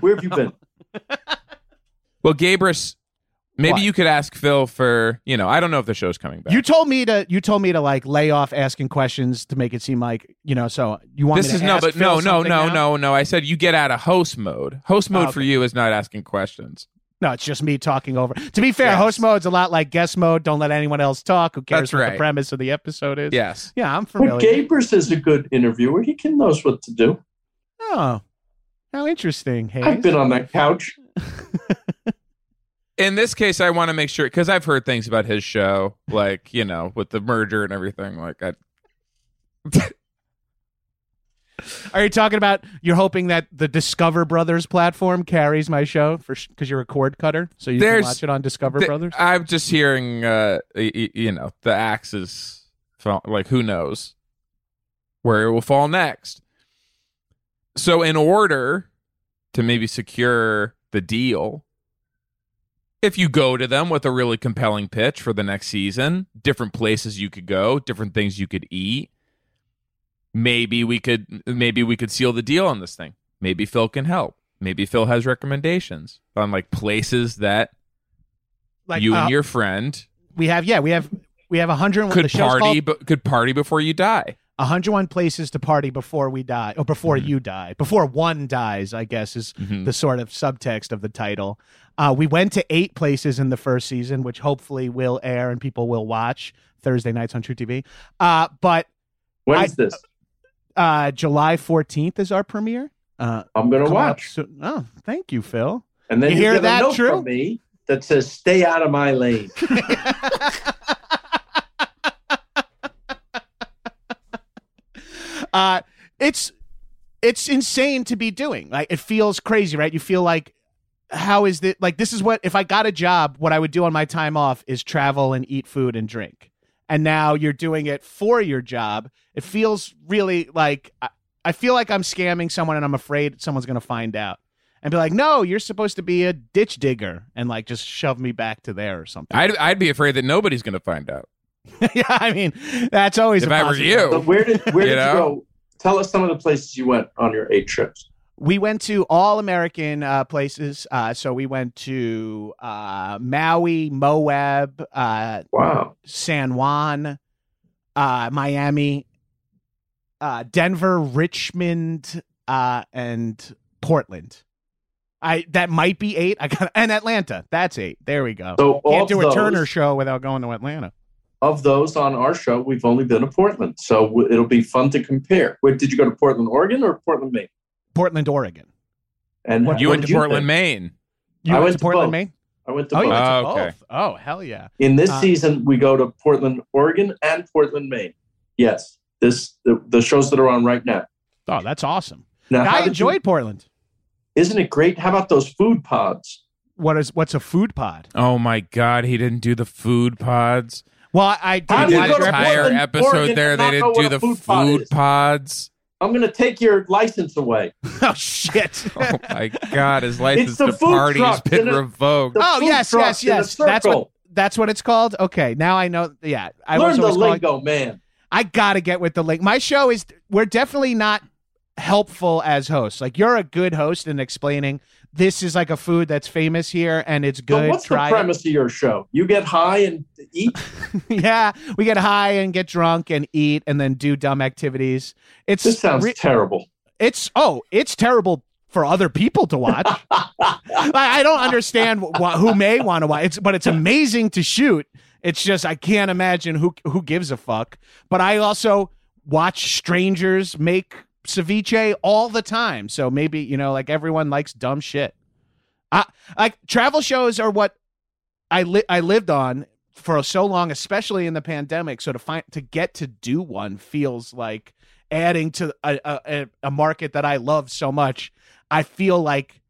[SPEAKER 6] Where have you been?
[SPEAKER 4] Well, Gabrus, maybe
[SPEAKER 5] What?
[SPEAKER 4] you could ask Phil for you know I don't know if the show's coming back.
[SPEAKER 5] You told me to you told me to like lay off asking questions to make it seem like you know. So you want
[SPEAKER 4] this
[SPEAKER 5] me
[SPEAKER 4] is
[SPEAKER 5] to
[SPEAKER 4] no,
[SPEAKER 5] ask
[SPEAKER 4] but
[SPEAKER 5] Phil
[SPEAKER 4] no, no,
[SPEAKER 5] something
[SPEAKER 4] no,
[SPEAKER 5] now? Oh,
[SPEAKER 4] no, no. I said you get out of host mode. Host mode for
[SPEAKER 5] okay.
[SPEAKER 4] you is not asking questions.
[SPEAKER 5] No, it's just me talking over. To be fair,
[SPEAKER 4] Yes.
[SPEAKER 5] host mode's a lot like guest mode. Don't let anyone else talk. Who cares
[SPEAKER 4] That's
[SPEAKER 5] what the
[SPEAKER 4] right.
[SPEAKER 5] premise of the episode is?
[SPEAKER 4] Yes,
[SPEAKER 5] Yeah, I'm <laughs> familiar.
[SPEAKER 6] But Gabers is a good interviewer. He can knows what to do.
[SPEAKER 5] oh. How interesting, Hayes.
[SPEAKER 6] I've been on that couch.
[SPEAKER 4] in this case, I want to make sure because I've heard things about his show, like you know, with the merger and everything. Like, I,
[SPEAKER 5] Are you talking about you're hoping that the Discover Brothers platform carries my show for because you're a cord cutter, so you
[SPEAKER 4] There's-
[SPEAKER 5] can watch it on Discover
[SPEAKER 4] th-
[SPEAKER 5] Brothers?
[SPEAKER 4] I'm just hearing, uh, y- y- you know, the axe is fall- like who knows where it will fall next. So, in order to maybe secure the deal, if you go to them with a really compelling pitch for the next season, different places you could go, different things you could eat, maybe we could maybe we could seal the deal on this thing. Maybe Phil can help. Maybe Phil has recommendations on like places that
[SPEAKER 5] Like
[SPEAKER 4] you
[SPEAKER 5] uh,
[SPEAKER 4] and your friend
[SPEAKER 5] we have yeah we have we have 101 the
[SPEAKER 4] could
[SPEAKER 5] show's
[SPEAKER 4] party,
[SPEAKER 5] called
[SPEAKER 4] but could party before you die.
[SPEAKER 5] 101 places to party before we die or before
[SPEAKER 4] Mm-hmm.
[SPEAKER 5] you die before one dies I guess is
[SPEAKER 4] Mhm.
[SPEAKER 5] the sort of subtext of the title. Uh, we went to eight places in the first season, which hopefully will air and people will watch Thursday nights on True TV. Uh, but
[SPEAKER 6] When is
[SPEAKER 5] I-
[SPEAKER 6] this?
[SPEAKER 5] uh, July 14th is our premiere. Uh,
[SPEAKER 6] I'm going to
[SPEAKER 5] coming up
[SPEAKER 6] watch.
[SPEAKER 5] soon. Oh, thank you, Phil.
[SPEAKER 6] And then
[SPEAKER 5] You
[SPEAKER 6] you,
[SPEAKER 5] hear
[SPEAKER 6] get
[SPEAKER 5] that,
[SPEAKER 6] a note
[SPEAKER 5] Drew?
[SPEAKER 6] from me that says, "Stay out of
[SPEAKER 4] <laughs>
[SPEAKER 6] my lane."
[SPEAKER 5] <laughs> uh, it's it's insane to be doing. Like it feels crazy, right? You feel like how is this like this is what if I got a job, what I would do on my time off is travel and eat food and drink. And now you're doing it for your job. It feels really like I, I feel like I'm scamming someone and I'm afraid someone's going to find out and be like, "No, you're supposed to be a ditch digger," and like just shove me back to there or something.
[SPEAKER 4] I'd, I'd be afraid that nobody's going to find out.
[SPEAKER 5] <laughs> yeah, I mean, that's always
[SPEAKER 4] If
[SPEAKER 5] a
[SPEAKER 4] I were you.
[SPEAKER 6] So
[SPEAKER 5] possibility.
[SPEAKER 6] where did where
[SPEAKER 4] You
[SPEAKER 6] did
[SPEAKER 4] know?
[SPEAKER 6] you go? Tell us some of the places you went on your eight trips.
[SPEAKER 5] we went to all American uh, places. Uh, so we went to uh, Maui, Moab, uh,
[SPEAKER 6] Wow.
[SPEAKER 5] San Juan, uh, Miami, uh, Denver, Richmond, uh, and Portland. I that might be eight. I got and Atlanta. That's eight. There we go.
[SPEAKER 6] So all
[SPEAKER 5] Can't do a
[SPEAKER 6] those,
[SPEAKER 5] Turner show without going to Atlanta.
[SPEAKER 6] of those on our show, we've only been to Portland, so w- it'll be fun to compare. Wait, did you go to Portland, Oregon, or Portland, Maine?
[SPEAKER 5] Portland, Oregon.
[SPEAKER 6] And
[SPEAKER 5] What-
[SPEAKER 4] You
[SPEAKER 6] what
[SPEAKER 4] went
[SPEAKER 6] did
[SPEAKER 4] to Portland,
[SPEAKER 6] think?
[SPEAKER 4] Maine.
[SPEAKER 5] You
[SPEAKER 6] I
[SPEAKER 5] went,
[SPEAKER 6] went
[SPEAKER 5] to
[SPEAKER 6] to
[SPEAKER 5] Portland,
[SPEAKER 6] both.
[SPEAKER 5] Maine.
[SPEAKER 6] I went to
[SPEAKER 5] Oh, you
[SPEAKER 6] both.
[SPEAKER 5] went to
[SPEAKER 4] Oh, okay.
[SPEAKER 5] both. Oh, hell yeah.
[SPEAKER 6] In this
[SPEAKER 5] Uh,
[SPEAKER 6] season, we go to Portland, Oregon, and Portland, Maine. Yes, this the, the shows that are on right now.
[SPEAKER 5] Oh, that's awesome.
[SPEAKER 6] Now, how
[SPEAKER 5] I
[SPEAKER 6] did you-
[SPEAKER 5] enjoyed Portland.
[SPEAKER 6] isn't it great? How about those food pods?
[SPEAKER 5] What is what's a food pod?
[SPEAKER 4] Oh my God, he didn't do the food pods.
[SPEAKER 5] Well, I, I
[SPEAKER 4] He
[SPEAKER 6] How
[SPEAKER 4] did
[SPEAKER 5] did
[SPEAKER 6] do you
[SPEAKER 4] an
[SPEAKER 5] watch
[SPEAKER 6] go to
[SPEAKER 5] your-
[SPEAKER 4] entire
[SPEAKER 6] Portland,
[SPEAKER 4] episode
[SPEAKER 6] Oregon,
[SPEAKER 4] there.
[SPEAKER 6] and
[SPEAKER 4] They
[SPEAKER 6] not know
[SPEAKER 4] didn't
[SPEAKER 6] what
[SPEAKER 4] do
[SPEAKER 6] a
[SPEAKER 4] the food,
[SPEAKER 6] food pod is?
[SPEAKER 4] pods.
[SPEAKER 6] <laughs> I'm going to take your license away.
[SPEAKER 5] <laughs> oh shit.
[SPEAKER 4] <laughs> Oh my God, his license
[SPEAKER 6] It's the
[SPEAKER 4] to
[SPEAKER 6] food
[SPEAKER 4] party has
[SPEAKER 6] truck
[SPEAKER 4] been
[SPEAKER 6] in a-
[SPEAKER 4] revoked.
[SPEAKER 6] The
[SPEAKER 5] oh
[SPEAKER 6] food
[SPEAKER 5] yes,
[SPEAKER 6] truck
[SPEAKER 5] yes,
[SPEAKER 6] in a
[SPEAKER 5] yes. That's what
[SPEAKER 6] circle.
[SPEAKER 5] that's what it's called. Okay, now I know. Yeah, I
[SPEAKER 6] Learn
[SPEAKER 5] was
[SPEAKER 6] the
[SPEAKER 5] always calling-
[SPEAKER 6] lingo, man.
[SPEAKER 5] I gotta get with the link. My show is we're definitely not helpful as hosts. Like you're a good host in explaining this is like a food that's famous here and it's good.
[SPEAKER 6] so what's
[SPEAKER 5] Try
[SPEAKER 6] the
[SPEAKER 5] it.
[SPEAKER 6] premise of your show? You get high and eat.
[SPEAKER 5] <laughs> yeah, we get high and get drunk and eat and then do dumb activities. It's <laughs>
[SPEAKER 6] This sounds
[SPEAKER 5] re-
[SPEAKER 6] terrible.
[SPEAKER 5] it's oh, it's terrible for other people to watch. like, I don't understand wh- who may want to watch. It's but it's amazing to shoot. It's just I can't imagine who who gives a fuck. But I also watch strangers make ceviche all the time. So maybe you know, like everyone likes dumb shit. I like travel shows are what I li- I lived on for so long, especially in the pandemic. So to find to get to do one feels like adding to a, a a- a market that I love so much. I feel like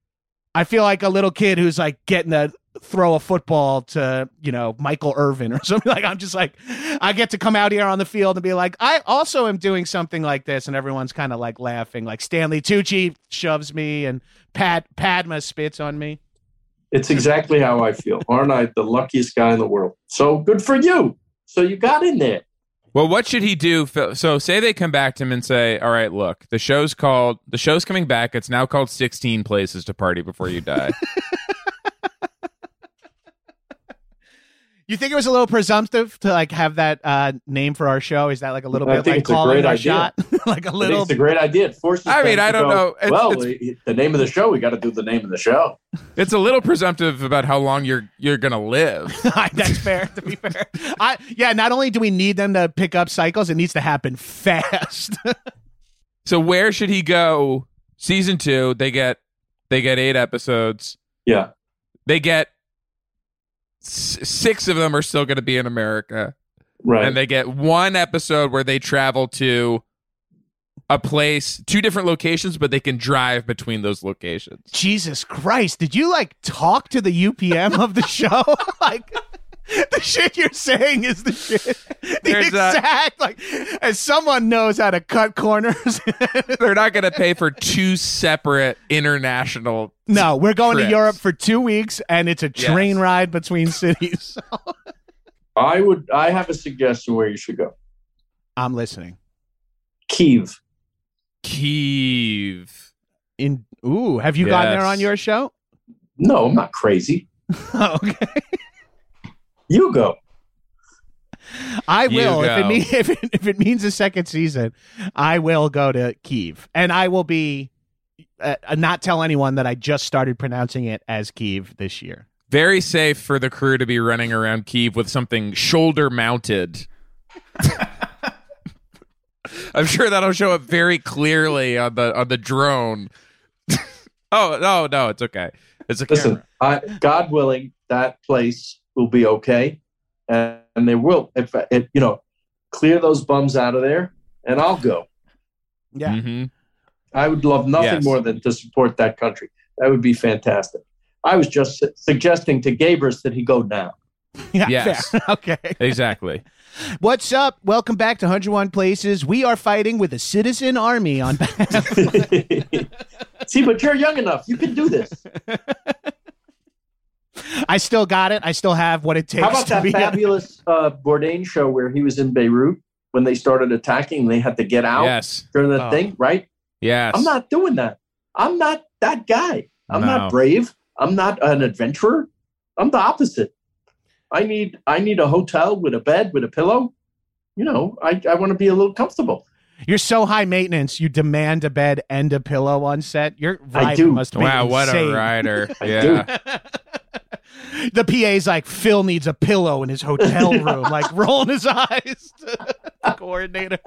[SPEAKER 5] I feel like a little kid who's like getting to throw a football to you know Michael Irvin or <laughs> something. Like I'm just like I get to come out here on the field and be like I also am doing something like this, and everyone's kind of like laughing. Like Stanley Tucci shoves me, and Pat Padma spits on me.
[SPEAKER 6] It's exactly how I feel. Aren't I the luckiest guy in the world? So good for you. So you got in there.
[SPEAKER 4] Well, what should he do? Phil? So, say they come back to him and say, "All right, look, the show's called. The show's coming back. It's now called 16 Places to Party Before You Die."
[SPEAKER 6] <laughs>
[SPEAKER 5] You think it was a little presumptive to like have that uh, name for our show? Is that like a little
[SPEAKER 6] I
[SPEAKER 5] bit
[SPEAKER 6] think
[SPEAKER 5] like
[SPEAKER 6] it's a
[SPEAKER 5] calling
[SPEAKER 6] great
[SPEAKER 5] our
[SPEAKER 6] idea.
[SPEAKER 5] shot? <laughs> like a
[SPEAKER 6] I think
[SPEAKER 5] little
[SPEAKER 6] it's a great idea. It forces
[SPEAKER 4] I mean,
[SPEAKER 6] them to
[SPEAKER 4] I don't
[SPEAKER 6] go,
[SPEAKER 4] know. It's-
[SPEAKER 6] well,
[SPEAKER 4] it's-
[SPEAKER 6] i- the name of the show, we got to do the name of the show.
[SPEAKER 4] it's a little presumptive about how long you're you're gonna live.
[SPEAKER 5] <laughs> That's fair. To be fair, I, yeah. Not only do we need them to pick up cycles, it needs to happen fast.
[SPEAKER 4] So where should he go season two, they get they get eight episodes.
[SPEAKER 6] Yeah.
[SPEAKER 4] They get s- six of them are still going to be in America,
[SPEAKER 6] Right.
[SPEAKER 4] and they get one episode where they travel to a place, two different locations, but they can drive between those locations.
[SPEAKER 5] <laughs> Jesus Christ, did you like talk to the UPM of the show? <laughs> like the shit you're saying is the shit. The
[SPEAKER 4] There's a-
[SPEAKER 5] exact like as someone knows how to cut corners. <laughs>
[SPEAKER 4] They're not going to pay for two separate international.
[SPEAKER 5] no, we're going
[SPEAKER 4] Trips.
[SPEAKER 5] to Europe for 2 weeks and it's a train
[SPEAKER 4] Yes.
[SPEAKER 5] ride between <laughs> cities.
[SPEAKER 6] I would. I have a suggestion where you should go.
[SPEAKER 5] I'm listening.
[SPEAKER 6] Kiev.
[SPEAKER 4] Kiev.
[SPEAKER 5] In Ooh, have you gotten there
[SPEAKER 4] Yes.
[SPEAKER 5] on your show? <laughs>
[SPEAKER 6] No, I'm not crazy.
[SPEAKER 5] okay.
[SPEAKER 6] You go.
[SPEAKER 5] I
[SPEAKER 4] You
[SPEAKER 5] will if it,
[SPEAKER 4] go.
[SPEAKER 5] mean, <laughs> if it if it means a second season, I will go to Kiev, and I will be uh, uh, not tell anyone that I just started pronouncing it as Kiev this year. <laughs>
[SPEAKER 4] Very safe for the crew to be running around Kiev with something shoulder mounted. <laughs> I'm sure that'll show up very clearly on the on the drone. <laughs> oh no, no, it's okay. It's a
[SPEAKER 6] Listen,
[SPEAKER 4] camera.
[SPEAKER 6] I, God willing, that place will be okay, and, and they will. If, if you know, clear those bums out of there, and I'll go.
[SPEAKER 5] Yeah,
[SPEAKER 4] Mhm.
[SPEAKER 6] I would love nothing
[SPEAKER 4] Yes.
[SPEAKER 6] more than to support that country. That would be fantastic. I was just su- suggesting to Gabers that he go now.
[SPEAKER 5] yeah,
[SPEAKER 4] Yes.
[SPEAKER 5] fair. <laughs> okay.
[SPEAKER 4] Exactly.
[SPEAKER 5] What's up? Welcome back to 101 Places. We are fighting with a citizen army on. <laughs>
[SPEAKER 6] <laughs> See, but you're young enough. You can do this.
[SPEAKER 5] I still got it. I still have what it takes.
[SPEAKER 6] How about
[SPEAKER 5] to
[SPEAKER 6] that
[SPEAKER 5] be
[SPEAKER 6] fabulous uh, Bourdain show where he was in Beirut when they started attacking? They had to get out
[SPEAKER 4] Yes.
[SPEAKER 6] during the
[SPEAKER 5] Oh.
[SPEAKER 6] thing, right?
[SPEAKER 4] Yes.
[SPEAKER 6] I'm not doing that. I'm not that guy. I'm
[SPEAKER 4] No.
[SPEAKER 6] not brave. I'm not an adventurer. I'm the opposite. I need I need a hotel with a bed with a pillow. You know, I, I want to be a little comfortable.
[SPEAKER 5] You're so high maintenance. You demand a bed and a pillow on set. Your ride
[SPEAKER 6] do.
[SPEAKER 5] must be
[SPEAKER 4] Wow, what
[SPEAKER 5] insane.
[SPEAKER 4] a
[SPEAKER 6] <laughs>
[SPEAKER 4] rider.
[SPEAKER 6] do.
[SPEAKER 4] Yeah.
[SPEAKER 5] <laughs> the PA's like, Phil needs a pillow in his
[SPEAKER 6] <laughs>
[SPEAKER 5] hotel room, like rolling his eyes to the coordinator.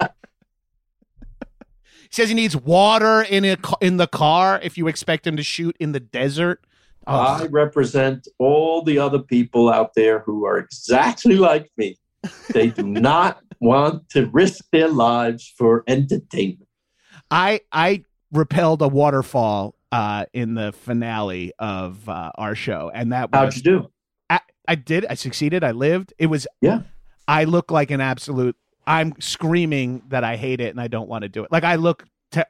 [SPEAKER 5] He says he needs water in a ca- in the car if you expect him to shoot in the desert.
[SPEAKER 6] I
[SPEAKER 5] Oh,
[SPEAKER 6] represent all the other people out there who are exactly like me.
[SPEAKER 5] <laughs>
[SPEAKER 6] They do not want to risk their lives for entertainment.
[SPEAKER 5] I I repelled a waterfall uh, in the finale of uh, our show, and that was
[SPEAKER 6] How'd you do?
[SPEAKER 5] I did. I succeeded. I lived. It was.
[SPEAKER 6] Yeah.
[SPEAKER 5] I look like an absolute. I'm screaming that I hate it and I don't want to do it. Like I look te-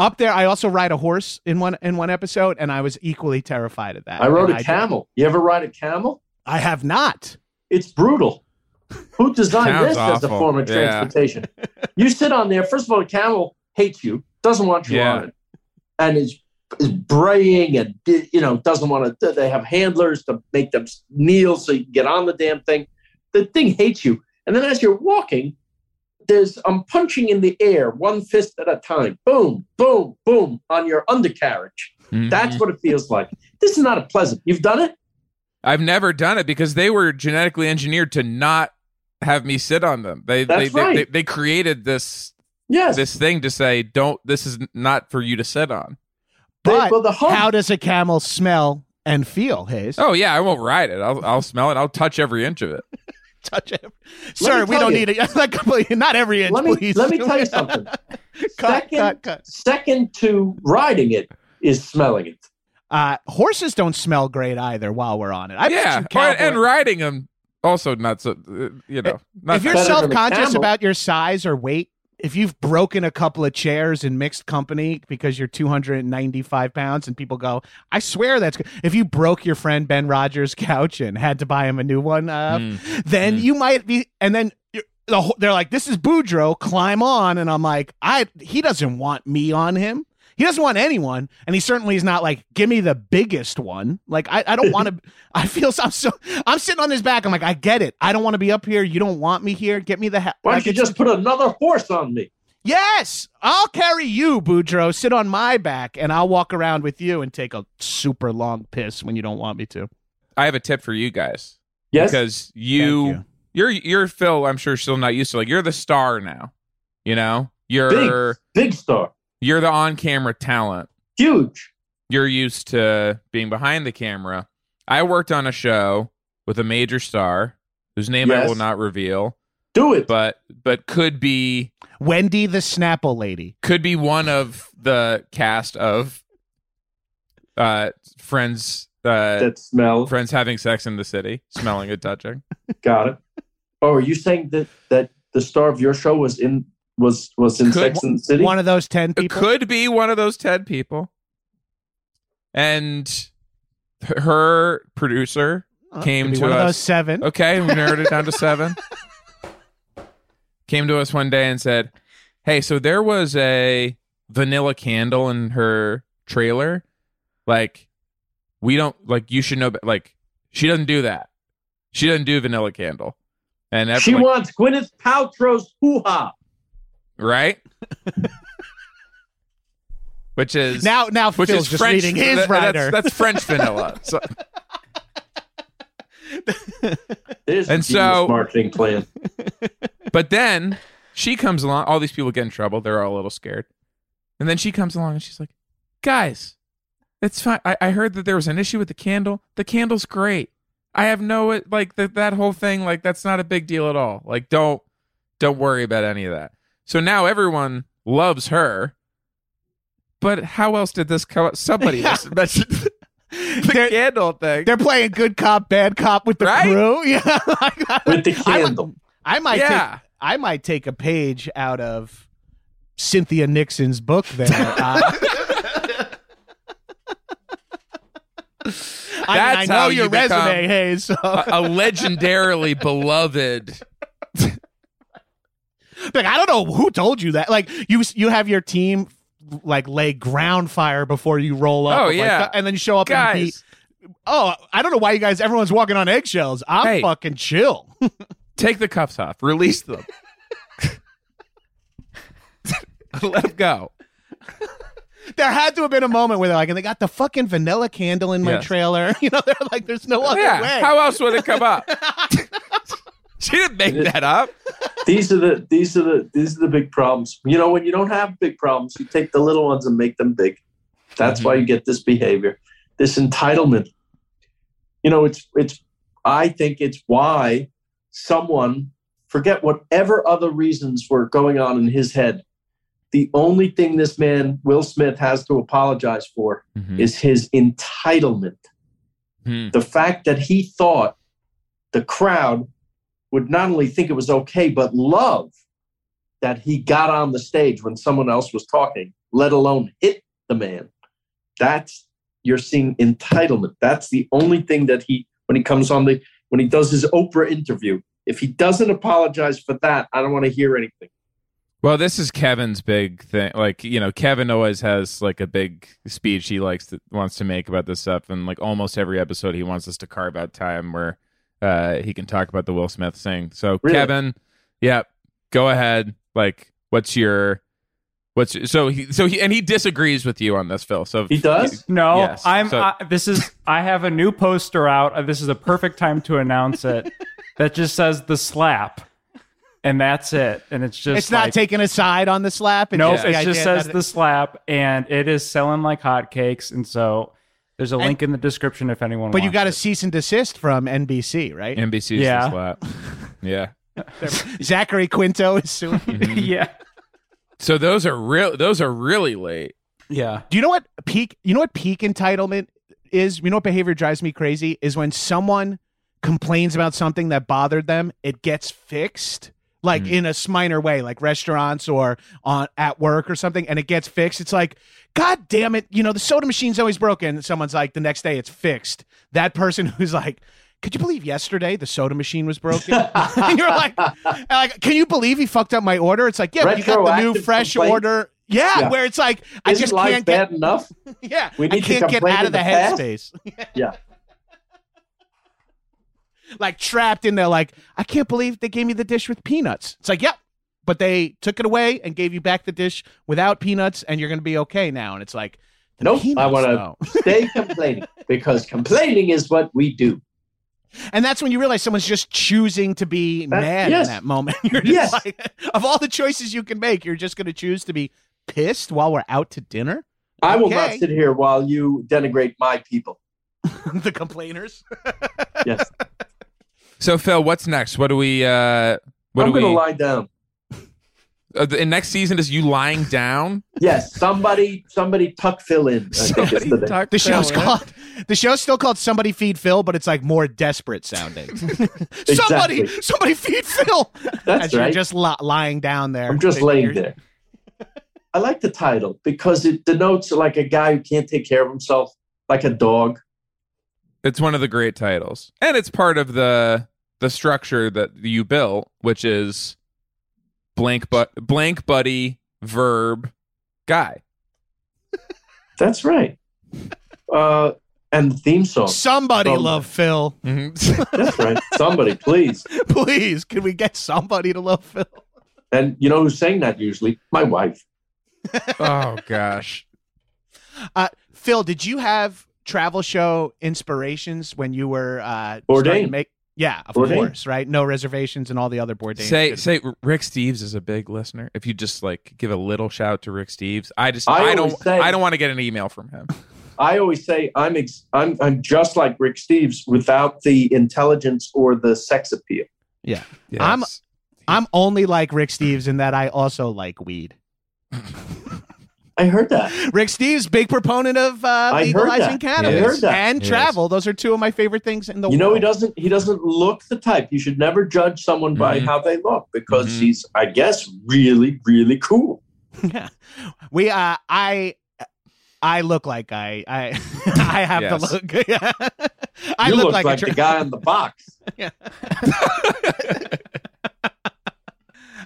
[SPEAKER 5] up there. I also ride a horse in one in one episode, and I was equally terrified of that.
[SPEAKER 6] I rode
[SPEAKER 5] And
[SPEAKER 6] a
[SPEAKER 5] did-
[SPEAKER 6] camel. You ever ride a camel?
[SPEAKER 5] I have not.
[SPEAKER 6] It's brutal. Who designed
[SPEAKER 4] Sounds
[SPEAKER 6] this as a
[SPEAKER 4] awful.
[SPEAKER 6] form of
[SPEAKER 4] Yeah.
[SPEAKER 6] transportation? you sit on there. First of all, a camel hates you, doesn't want you
[SPEAKER 4] Yeah.
[SPEAKER 6] on it, and is is braying and you know doesn't want to. They have handlers to make them kneel so you can get on the damn thing. The thing hates you, and then as you're walking, there's I'm punching in the air, one fist at a time. Boom, boom, boom on your undercarriage.
[SPEAKER 4] Mhm.
[SPEAKER 6] That's what it feels like. This is not a pleasant. You've done it.
[SPEAKER 4] I've never done it because they were genetically engineered to not have me sit on them. They they,
[SPEAKER 6] That's
[SPEAKER 4] they,
[SPEAKER 6] right.
[SPEAKER 4] they they created this
[SPEAKER 6] Yes.
[SPEAKER 4] this thing to say don't this is not for you to sit on.
[SPEAKER 6] They-
[SPEAKER 5] But
[SPEAKER 6] well, the whole
[SPEAKER 5] how does a camel smell and feel? Hayes,
[SPEAKER 4] Oh yeah, I won't ride it. I'll I'll smell it. I'll touch every inch of it.
[SPEAKER 5] touch it, sir.
[SPEAKER 6] me
[SPEAKER 5] We
[SPEAKER 6] tell
[SPEAKER 5] don't
[SPEAKER 6] you.
[SPEAKER 5] need it. <laughs> Like, please, not every inch,
[SPEAKER 6] let me
[SPEAKER 5] please.
[SPEAKER 6] let me
[SPEAKER 5] <laughs>
[SPEAKER 6] tell you something.
[SPEAKER 5] cut,
[SPEAKER 6] Second-
[SPEAKER 5] cut, cut.
[SPEAKER 6] Second to riding it is smelling it.
[SPEAKER 5] Uh, horses don't smell great either. While we're on it, I bet
[SPEAKER 4] yeah,
[SPEAKER 5] you
[SPEAKER 4] or-
[SPEAKER 5] cowboy-
[SPEAKER 4] and riding them also not so uh, you know not
[SPEAKER 5] if you're
[SPEAKER 6] better than a
[SPEAKER 5] self conscious
[SPEAKER 6] camel.
[SPEAKER 5] about your size or weight, if you've broken a couple of chairs in mixed company because you're 295 pounds and people go, I swear that's good. If you broke your friend Ben Rogers' couch and had to buy him a new one, uh, then
[SPEAKER 4] Mm.
[SPEAKER 5] you might be, and then you're- the whole, they're like, this is Boudreaux, climb on. And I'm like, I he doesn't want me on him. He doesn't want anyone, and he certainly is not like, give me the biggest one. Like, I, I don't want
[SPEAKER 6] <laughs>
[SPEAKER 5] to. I feel so, I'm so. I'm sitting on his back. I'm like, I get it. I don't want to be up here. You don't want me here. Get me the hell.
[SPEAKER 6] Why
[SPEAKER 5] like,
[SPEAKER 6] don't you
[SPEAKER 5] it's-
[SPEAKER 6] just put another horse on me?
[SPEAKER 5] Yes, I'll carry you, Boudreaux. Sit on my back, and I'll walk around with you and take a super long piss when you don't want me to.
[SPEAKER 4] I have a tip for you guys
[SPEAKER 6] Yes.
[SPEAKER 4] because you,
[SPEAKER 5] Thank
[SPEAKER 4] you are you're Phil. I'm sure still not used to like you're the star now. You know
[SPEAKER 6] big,
[SPEAKER 4] you're
[SPEAKER 6] big star.
[SPEAKER 4] you're the on camera talent.
[SPEAKER 6] Huge.
[SPEAKER 4] you're used to being behind the camera. I worked on a show with a major star whose name I
[SPEAKER 6] Yes.
[SPEAKER 4] will not reveal,
[SPEAKER 6] Do it.
[SPEAKER 4] but but could be
[SPEAKER 5] Wendy the Snapple lady.
[SPEAKER 4] could be one of the cast of uh friends uh
[SPEAKER 6] that smell.
[SPEAKER 4] friends having sex in the city, smelling and touching.
[SPEAKER 6] Got it. Oh, are you saying that that the star of your show was in was was in
[SPEAKER 4] Could-
[SPEAKER 6] Sex and the City?
[SPEAKER 5] One of those 10 people.
[SPEAKER 4] It could be one of those Ted people. And her producer
[SPEAKER 5] Oh,
[SPEAKER 4] came
[SPEAKER 5] could be
[SPEAKER 4] to
[SPEAKER 5] one of those
[SPEAKER 4] us.
[SPEAKER 5] seven.
[SPEAKER 4] Okay, we narrowed it down to seven. Came to us one day and said, Hey, so there was a vanilla candle in her trailer. Like, we don't, like, you should know, but, like, she doesn't do that. She doesn't do vanilla candle. And every,
[SPEAKER 6] she
[SPEAKER 4] like,
[SPEAKER 6] wants Gwyneth Paltrow's hoo ha.
[SPEAKER 4] right? Which is
[SPEAKER 5] Now, now
[SPEAKER 4] which
[SPEAKER 5] Phil's
[SPEAKER 4] is
[SPEAKER 5] just
[SPEAKER 4] French.
[SPEAKER 5] reading his
[SPEAKER 4] that-
[SPEAKER 5] writer.
[SPEAKER 4] that's, that's French vanilla. So-
[SPEAKER 6] There's
[SPEAKER 4] And
[SPEAKER 6] and
[SPEAKER 4] so-
[SPEAKER 6] so marketing plan.
[SPEAKER 4] But then she comes along. All these people get in trouble. They're all a little scared. And then she comes along and she's like, guys, it's fine. I, I heard that there was an issue with the candle. The candle's great. I have no like that that whole thing like that's not a big deal at all. Like don't don't worry about any of that. So now everyone loves her. But how else did this co- <laughs> somebody else
[SPEAKER 5] <laughs>
[SPEAKER 4] mentioned the
[SPEAKER 5] There-
[SPEAKER 4] candle thing? <laughs>
[SPEAKER 5] They're playing good cop, bad cop with the
[SPEAKER 4] Right?
[SPEAKER 5] crew. <laughs> Yeah. like, I-
[SPEAKER 6] With the
[SPEAKER 5] I might-
[SPEAKER 6] candle.
[SPEAKER 5] I might
[SPEAKER 4] <laughs>
[SPEAKER 5] take
[SPEAKER 4] yeah.
[SPEAKER 5] I might take a page out of Cynthia Nixon's book there.
[SPEAKER 4] <laughs>
[SPEAKER 5] Uh, I, mean, I
[SPEAKER 4] That's how
[SPEAKER 5] know your
[SPEAKER 4] you become-
[SPEAKER 5] resume, Hayes. so- <laughs>
[SPEAKER 4] a, a legendarily beloved
[SPEAKER 5] like I don't know who told you that. Like you, you have your team like lay ground fire before you roll up.
[SPEAKER 4] Oh,
[SPEAKER 5] Like,
[SPEAKER 4] yeah.
[SPEAKER 5] and then you show up
[SPEAKER 4] guys.
[SPEAKER 5] and beat. Oh, I don't know why you guys. Everyone's walking on eggshells. I'm
[SPEAKER 4] Hey.
[SPEAKER 5] fucking chill. <laughs>
[SPEAKER 4] Take the cuffs off. Release them. <laughs> Let them go.
[SPEAKER 5] there had to have been a moment where they're like, and they got the fucking vanilla candle in my
[SPEAKER 4] Yes.
[SPEAKER 5] trailer. <laughs> You know, they're like, there's no other
[SPEAKER 4] yeah.
[SPEAKER 5] way.
[SPEAKER 4] How else would it come up? <laughs> she didn't make that up.
[SPEAKER 6] These are the these are the these are the big problems. You know, when you don't have big problems, you take the little ones and make them big. That's why you get this behavior, this entitlement. You know, it's it's I think it's why someone forget whatever other reasons were going on in his head. The only thing this man Will Smith has to apologize for
[SPEAKER 5] Hmm.
[SPEAKER 6] is his entitlement.
[SPEAKER 4] Hmm.
[SPEAKER 6] The fact that he thought the crowd would not only think it was okay, but love that he got on the stage when someone else was talking, let alone hit the man. That's you're seeing entitlement. That's the only thing that he when he comes on the when he does his Oprah interview. If he doesn't apologize for that, I don't want to hear anything.
[SPEAKER 4] Well, this is Kevin's big thing. Like, you know, Kevin always has like a big speech he likes to, wants to make about this stuff, and like almost every episode, he wants us to carve out time where uh, he can talk about the Will Smith thing. So,
[SPEAKER 6] Really?
[SPEAKER 4] Kevin, yeah, go ahead. Like, what's your what's your, so he so he and he disagrees with you on this, Phil. So
[SPEAKER 6] He does?
[SPEAKER 9] No,
[SPEAKER 4] Yes,
[SPEAKER 9] I'm.
[SPEAKER 4] so-
[SPEAKER 9] I, this is. I have a new poster out. Uh, This is a perfect time to announce
[SPEAKER 4] <laughs>
[SPEAKER 9] it. that just says the slap, and that's it. And it's just.
[SPEAKER 5] it's not
[SPEAKER 9] like,
[SPEAKER 5] taking a side on the slap. It's
[SPEAKER 9] No,
[SPEAKER 5] just the
[SPEAKER 9] it just
[SPEAKER 5] idea
[SPEAKER 9] says
[SPEAKER 5] that-
[SPEAKER 9] the slap, and it is selling like hotcakes. And so there's a link in the description if anyone.
[SPEAKER 5] But you
[SPEAKER 9] wants
[SPEAKER 5] got
[SPEAKER 9] it.
[SPEAKER 5] a cease and desist from NBC, right?
[SPEAKER 4] NBC's
[SPEAKER 9] Yeah.
[SPEAKER 4] the slap. Yeah. Mm-hmm.
[SPEAKER 5] Zachary Quinto is suing. you.
[SPEAKER 10] <laughs>
[SPEAKER 9] yeah,
[SPEAKER 4] So those are real. Those are really late.
[SPEAKER 9] yeah.
[SPEAKER 5] Do you know what peak? You know what peak entitlement is? You know what behavior drives me crazy is when someone complains about something that bothered them. It gets fixed, like
[SPEAKER 6] Mm.
[SPEAKER 5] in a s- minor way, like restaurants or on at work or something, and it gets fixed. It's like, God damn it! You know the soda machine's always broken. Someone's like, the next day it's fixed. That person <laughs> who's like. Could you believe yesterday the soda machine was broken?
[SPEAKER 6] <laughs>
[SPEAKER 5] and <laughs> you're like, and like, can you believe he fucked up my order? It's like, yeah, but you got the new
[SPEAKER 6] Retroactive
[SPEAKER 5] fresh
[SPEAKER 6] complaint.
[SPEAKER 5] order. Yeah,
[SPEAKER 6] Yeah.
[SPEAKER 5] where it's like, I
[SPEAKER 6] Isn't
[SPEAKER 5] just
[SPEAKER 6] life
[SPEAKER 5] can't get
[SPEAKER 6] bad enough?
[SPEAKER 5] <laughs> yeah,
[SPEAKER 6] We
[SPEAKER 5] I
[SPEAKER 6] need to
[SPEAKER 5] can't get
[SPEAKER 6] complain
[SPEAKER 5] out
[SPEAKER 6] in
[SPEAKER 5] of the
[SPEAKER 6] the past?
[SPEAKER 5] headspace. <laughs>
[SPEAKER 6] Yeah.
[SPEAKER 5] like trapped in there. Like I can't believe they gave me the dish with peanuts. It's like, yep, but they took it away and gave you back the dish without peanuts, and you're gonna be okay now. And it's like, the
[SPEAKER 6] Nope, I
[SPEAKER 5] peanuts,
[SPEAKER 6] wanna-
[SPEAKER 5] though.
[SPEAKER 6] Stay complaining because complaining is what we do.
[SPEAKER 5] And that's when you realize someone's just choosing to be
[SPEAKER 6] That-
[SPEAKER 5] mad
[SPEAKER 6] yes.
[SPEAKER 5] in that moment. <laughs> You're just
[SPEAKER 6] Yes.
[SPEAKER 5] like, of all the choices you can make, you're just gonna choose to be pissed while we're out to dinner. <laughs>
[SPEAKER 6] I will not
[SPEAKER 5] Okay.
[SPEAKER 6] sit here while you denigrate my people.
[SPEAKER 5] the complainers.
[SPEAKER 6] Yes.
[SPEAKER 4] So Phil, what's next? What do we? uh What
[SPEAKER 6] I'm
[SPEAKER 4] do
[SPEAKER 6] going to
[SPEAKER 4] we?
[SPEAKER 6] lie down.
[SPEAKER 4] uh, the, and next season is you lying down.
[SPEAKER 6] <laughs> Yes, somebody, somebody tuck Phil in. I think is the name.
[SPEAKER 5] The show's called. The show's still called "Somebody Feed Phil," but it's like more desperate sounding.
[SPEAKER 6] <laughs>
[SPEAKER 5] Somebody,
[SPEAKER 6] Exactly.
[SPEAKER 5] somebody feed Phil.
[SPEAKER 6] That's
[SPEAKER 5] As you're
[SPEAKER 6] right.
[SPEAKER 5] just li- lying down there.
[SPEAKER 6] I'm just
[SPEAKER 5] Like,
[SPEAKER 6] laying
[SPEAKER 5] you're-
[SPEAKER 6] there. I like the title because it denotes like a guy who can't take care of himself, like a dog.
[SPEAKER 4] It's one of the great titles, and it's part of the the structure that you built, which is blank but blank buddy verb guy.
[SPEAKER 6] That's right. Uh, and the theme song.
[SPEAKER 5] Somebody
[SPEAKER 6] Somebody.
[SPEAKER 5] love Phil, <laughs>
[SPEAKER 6] Mm-hmm.
[SPEAKER 4] <laughs> Mhm.
[SPEAKER 6] That's right. Somebody, please.
[SPEAKER 5] please. Can we get somebody to love Phil?
[SPEAKER 6] And you know who's saying that usually? My wife.
[SPEAKER 4] oh gosh,
[SPEAKER 5] Uh, Phil, did you have travel show inspirations when you were uh, starting
[SPEAKER 6] Bourdain.
[SPEAKER 5] To make yeah, of
[SPEAKER 6] Bourdain.
[SPEAKER 5] course, right? No reservations and all the other Bourdain.
[SPEAKER 4] say
[SPEAKER 5] shit.
[SPEAKER 4] say Rick Steves is a big listener. If you just like give a little shout to Rick Steves, I just
[SPEAKER 6] I
[SPEAKER 4] I, don't
[SPEAKER 6] always say-
[SPEAKER 4] I don't want to get an email from him.
[SPEAKER 6] I always say I'm ex- I'm I'm just like Rick Steves without the intelligence or the sex appeal.
[SPEAKER 5] I'm-
[SPEAKER 4] Yes.
[SPEAKER 5] I'm only like Rick Steves in that I also like weed.
[SPEAKER 6] I heard that.
[SPEAKER 5] <laughs> Rick Steves, big proponent of uh,
[SPEAKER 6] I heard
[SPEAKER 5] legalizing
[SPEAKER 6] that. I
[SPEAKER 5] cannabis
[SPEAKER 6] heard that.
[SPEAKER 5] and
[SPEAKER 4] Yes.
[SPEAKER 5] travel. Those are two of my favorite things in the
[SPEAKER 6] You
[SPEAKER 5] world.
[SPEAKER 6] know he doesn't he doesn't look the type. You should never judge someone by
[SPEAKER 4] Mhm.
[SPEAKER 6] how they look because
[SPEAKER 4] Mhm.
[SPEAKER 6] he's I guess really really cool.
[SPEAKER 5] <laughs> yeah. We uh I I look like I I <laughs> I have
[SPEAKER 4] Yes.
[SPEAKER 5] to look. Yeah. <laughs> I
[SPEAKER 6] you
[SPEAKER 5] look, like,
[SPEAKER 6] look
[SPEAKER 5] a
[SPEAKER 6] the
[SPEAKER 5] tra-
[SPEAKER 6] guy on
[SPEAKER 5] <laughs>
[SPEAKER 6] the box.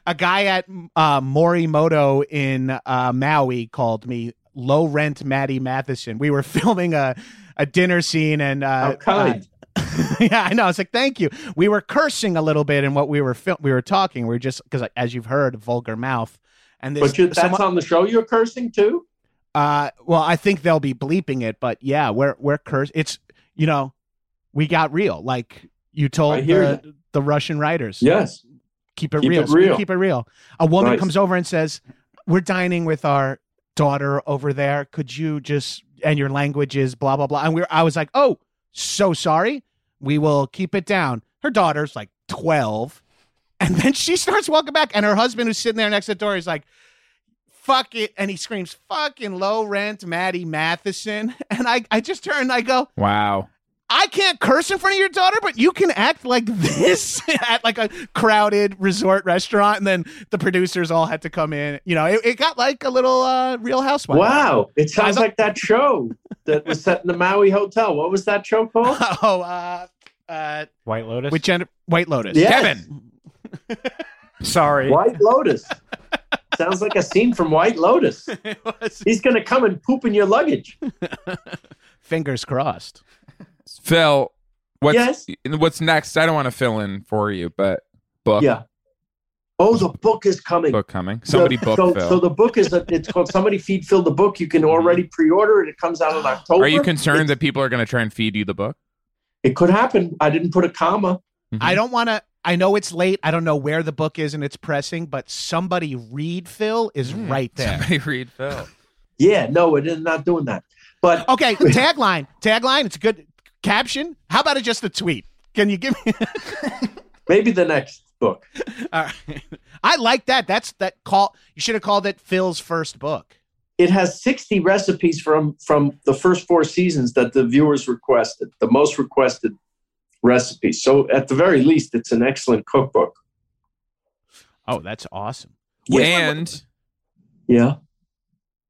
[SPEAKER 5] a guy at uh, Morimoto in uh, Maui called me low rent Maddie Matheson. We were <laughs> filming a a dinner scene and uh,
[SPEAKER 6] How kind.
[SPEAKER 5] <laughs> yeah, I know. It's like, thank you. We were cursing a little bit in what we were fil- we were talking. We were just because, as you've heard, vulgar mouth. And this,
[SPEAKER 6] but you, that's
[SPEAKER 5] someone-
[SPEAKER 6] on the show you're cursing too?
[SPEAKER 5] uh, well, I think they'll be bleeping it, but yeah, we're we're cursed. It's you know, we got real. Like you
[SPEAKER 6] I
[SPEAKER 5] told
[SPEAKER 6] hear
[SPEAKER 5] the, the Russian writers,
[SPEAKER 6] Yes.
[SPEAKER 5] keep it
[SPEAKER 6] Keep
[SPEAKER 5] real.
[SPEAKER 6] it
[SPEAKER 5] So we
[SPEAKER 6] real.
[SPEAKER 5] Keep it real. A woman
[SPEAKER 6] Right.
[SPEAKER 5] comes over and says, "We're dining with our daughter over there. Could you just and your language is blah blah blah." And we are I was like, "Oh, so sorry. We will keep it down." Her daughter's like 12. And then she starts walking back and her husband who's sitting there next to the door is like, "Fuck it." And he screams, "Fucking low rent Maddie Matheson." <laughs> And I I just turn and I go,
[SPEAKER 4] wow.
[SPEAKER 5] I can't curse in front of your daughter, but you can act like this <laughs> at like a crowded resort restaurant, and then the producers all had to come in. You know, it, it got like a little uh, Real Housewives.
[SPEAKER 6] Wow. It sounds
[SPEAKER 5] I lo-
[SPEAKER 6] like that show that was set in the Maui Hotel. What was that show
[SPEAKER 5] <laughs>
[SPEAKER 6] called?
[SPEAKER 5] <laughs> Oh, uh, uh,
[SPEAKER 9] White Lotus.
[SPEAKER 5] with Jen- White Lotus.
[SPEAKER 6] Yes.
[SPEAKER 4] Kevin.
[SPEAKER 6] <laughs>
[SPEAKER 9] Sorry.
[SPEAKER 6] White Lotus. sounds like a scene from
[SPEAKER 4] <laughs>
[SPEAKER 6] White Lotus.
[SPEAKER 5] It was-
[SPEAKER 6] He's going to come and poop in your luggage.
[SPEAKER 5] Fingers crossed.
[SPEAKER 4] Phil, what's
[SPEAKER 6] Yes.
[SPEAKER 4] what's next? I don't want to fill in for you, but book
[SPEAKER 6] Yeah. Oh, the book is coming.
[SPEAKER 4] book coming. Somebody
[SPEAKER 6] so,
[SPEAKER 4] book
[SPEAKER 6] so,
[SPEAKER 4] Phil. Mm-hmm.
[SPEAKER 6] so the book is a, it's called Somebody Feed Phil the Book. You can already pre-order it. It comes out in October.
[SPEAKER 4] Are you concerned
[SPEAKER 6] It's-
[SPEAKER 4] that people are going to try and feed you the book?
[SPEAKER 6] it could happen? I didn't put a comma.
[SPEAKER 4] Mm-hmm.
[SPEAKER 5] I don't want to. I know it's late. I don't know where the book is and it's pressing, but somebody read Phil is
[SPEAKER 4] Hmm.
[SPEAKER 5] right there.
[SPEAKER 4] <laughs> Somebody read Phil.
[SPEAKER 6] <laughs> Yeah, no, it is not doing that. But
[SPEAKER 5] <laughs>
[SPEAKER 4] Oh. <laughs>
[SPEAKER 5] Okay, tagline. Tagline. It's a good caption. How about it just a tweet? Can you give me?
[SPEAKER 6] maybe the next book.
[SPEAKER 5] All right. I like that. That's that call. You should have called it Phil's first book.
[SPEAKER 6] it has 60 recipes from from the first four seasons that the viewers requested the most requested recipes so at the very least it's an excellent cookbook
[SPEAKER 5] Oh, that's awesome.
[SPEAKER 4] and
[SPEAKER 6] yeah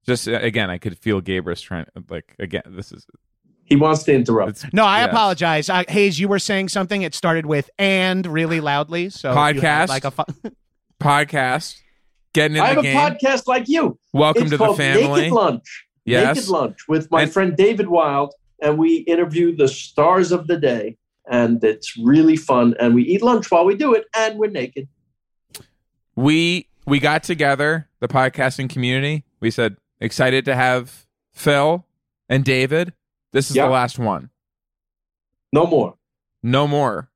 [SPEAKER 4] just uh, again, I could feel Gabrus trying like again. This is
[SPEAKER 6] he wants to interrupt
[SPEAKER 4] it's
[SPEAKER 5] No, I
[SPEAKER 4] Yes.
[SPEAKER 5] apologize. Uh, Hayes, you were saying something. It started with and really loudly. So you had
[SPEAKER 4] Podcast.
[SPEAKER 5] like a fu-
[SPEAKER 4] podcast getting in
[SPEAKER 6] i
[SPEAKER 4] the
[SPEAKER 6] have
[SPEAKER 4] game.
[SPEAKER 6] a podcast like you
[SPEAKER 4] Welcome
[SPEAKER 6] it's
[SPEAKER 4] to the
[SPEAKER 6] called
[SPEAKER 4] family.
[SPEAKER 6] naked lunch
[SPEAKER 4] Yes,
[SPEAKER 6] naked lunch with my
[SPEAKER 4] And-
[SPEAKER 6] friend david wild and we interview the stars of the day and it's really fun and we eat lunch while we do it and we're naked
[SPEAKER 4] we we got together the podcasting community. We said excited to have Phil and David. This is
[SPEAKER 6] Yeah.
[SPEAKER 4] the last one.
[SPEAKER 6] no more
[SPEAKER 4] No more.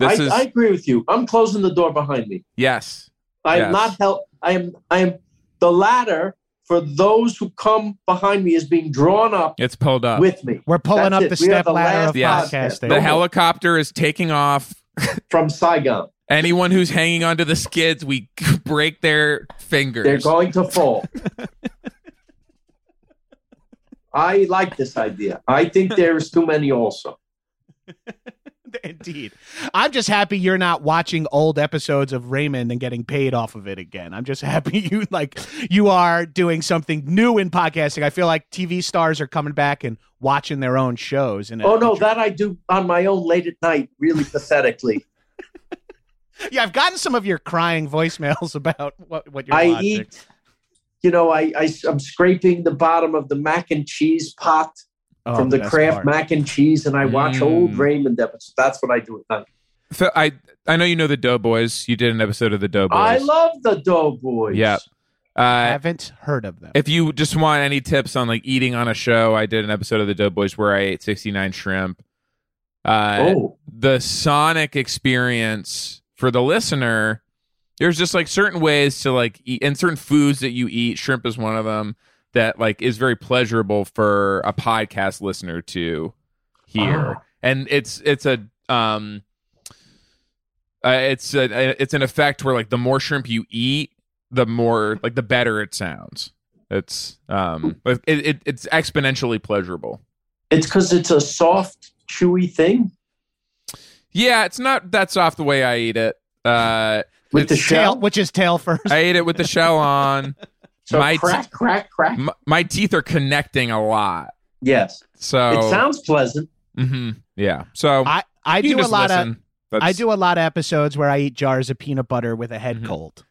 [SPEAKER 6] I,
[SPEAKER 4] This is
[SPEAKER 6] I agree with you i'm closing the door behind me
[SPEAKER 4] yes.
[SPEAKER 6] I
[SPEAKER 4] Yes.
[SPEAKER 6] am not help. I am. I am the ladder for those who come behind me is being drawn up
[SPEAKER 4] It's pulled up.
[SPEAKER 6] with me.
[SPEAKER 5] We're pulling
[SPEAKER 6] That's
[SPEAKER 5] up
[SPEAKER 6] it.
[SPEAKER 5] the
[SPEAKER 6] We are
[SPEAKER 5] step
[SPEAKER 6] the
[SPEAKER 5] ladder
[SPEAKER 6] last
[SPEAKER 5] of
[SPEAKER 4] Yes.
[SPEAKER 5] podcast.
[SPEAKER 4] The helicopter is taking off.
[SPEAKER 6] from Saigon.
[SPEAKER 4] Anyone who's hanging onto the skids, we <laughs> break their fingers.
[SPEAKER 6] They're going to fall. I like this idea. I think there's too many also.
[SPEAKER 5] Indeed. I'm just happy you're not watching old episodes of Raymond and getting paid off of it again. I'm just <laughs> happy you like you are doing something new in podcasting. I feel like TV stars are coming back and watching their own shows. And
[SPEAKER 6] Oh no, that I do on my own late at night, really pathetically.
[SPEAKER 5] yeah, I've gotten some of your crying voicemails <laughs> about what what you're
[SPEAKER 6] I E
[SPEAKER 5] watching.
[SPEAKER 6] eat, you know, I, I am scraping the bottom of the mac and cheese pot
[SPEAKER 5] Oh,
[SPEAKER 6] from the
[SPEAKER 5] that's
[SPEAKER 6] Kraft
[SPEAKER 5] hard.
[SPEAKER 6] mac and cheese, and I watch
[SPEAKER 4] Mm.
[SPEAKER 6] old Raymond episodes. That's what I do at night.
[SPEAKER 4] Phil, I I know you know the Doughboys. You did an episode of the Doughboys.
[SPEAKER 6] I love the Doughboys.
[SPEAKER 4] Yep.
[SPEAKER 5] I
[SPEAKER 4] Uh,
[SPEAKER 5] haven't heard of them.
[SPEAKER 4] if you just want any tips on like eating on a show, I did an episode of the Doughboys where I ate 69 shrimp. Uh,
[SPEAKER 6] Oh,
[SPEAKER 4] The sonic experience for the listener, there's just like certain ways to like eat and certain foods that you eat. Shrimp is one of them that like is very pleasurable for a podcast listener to hear. And it's it's a um uh, it's a, it's an effect where like the more shrimp you eat, the more like the better it sounds. It's um like, it, it it's exponentially pleasurable.
[SPEAKER 6] it's because it's a soft, chewy thing
[SPEAKER 4] Yeah, it's not that soft the way I eat it. Uh
[SPEAKER 6] with the
[SPEAKER 4] It's
[SPEAKER 6] shell.
[SPEAKER 5] tail, which is tail first.
[SPEAKER 4] I ate it with the shell on.
[SPEAKER 6] so
[SPEAKER 4] my
[SPEAKER 6] crack,
[SPEAKER 4] te-
[SPEAKER 6] crack, crack.
[SPEAKER 4] M- my teeth are connecting a lot.
[SPEAKER 6] Yes,
[SPEAKER 4] So
[SPEAKER 6] it sounds pleasant.
[SPEAKER 4] hmm yeah. So
[SPEAKER 5] I I
[SPEAKER 4] you
[SPEAKER 5] do
[SPEAKER 4] can
[SPEAKER 5] a
[SPEAKER 4] just
[SPEAKER 5] lot of
[SPEAKER 4] listen. That's-
[SPEAKER 5] I do a lot of episodes where I eat jars of peanut butter with a head
[SPEAKER 4] Mhm.
[SPEAKER 5] cold.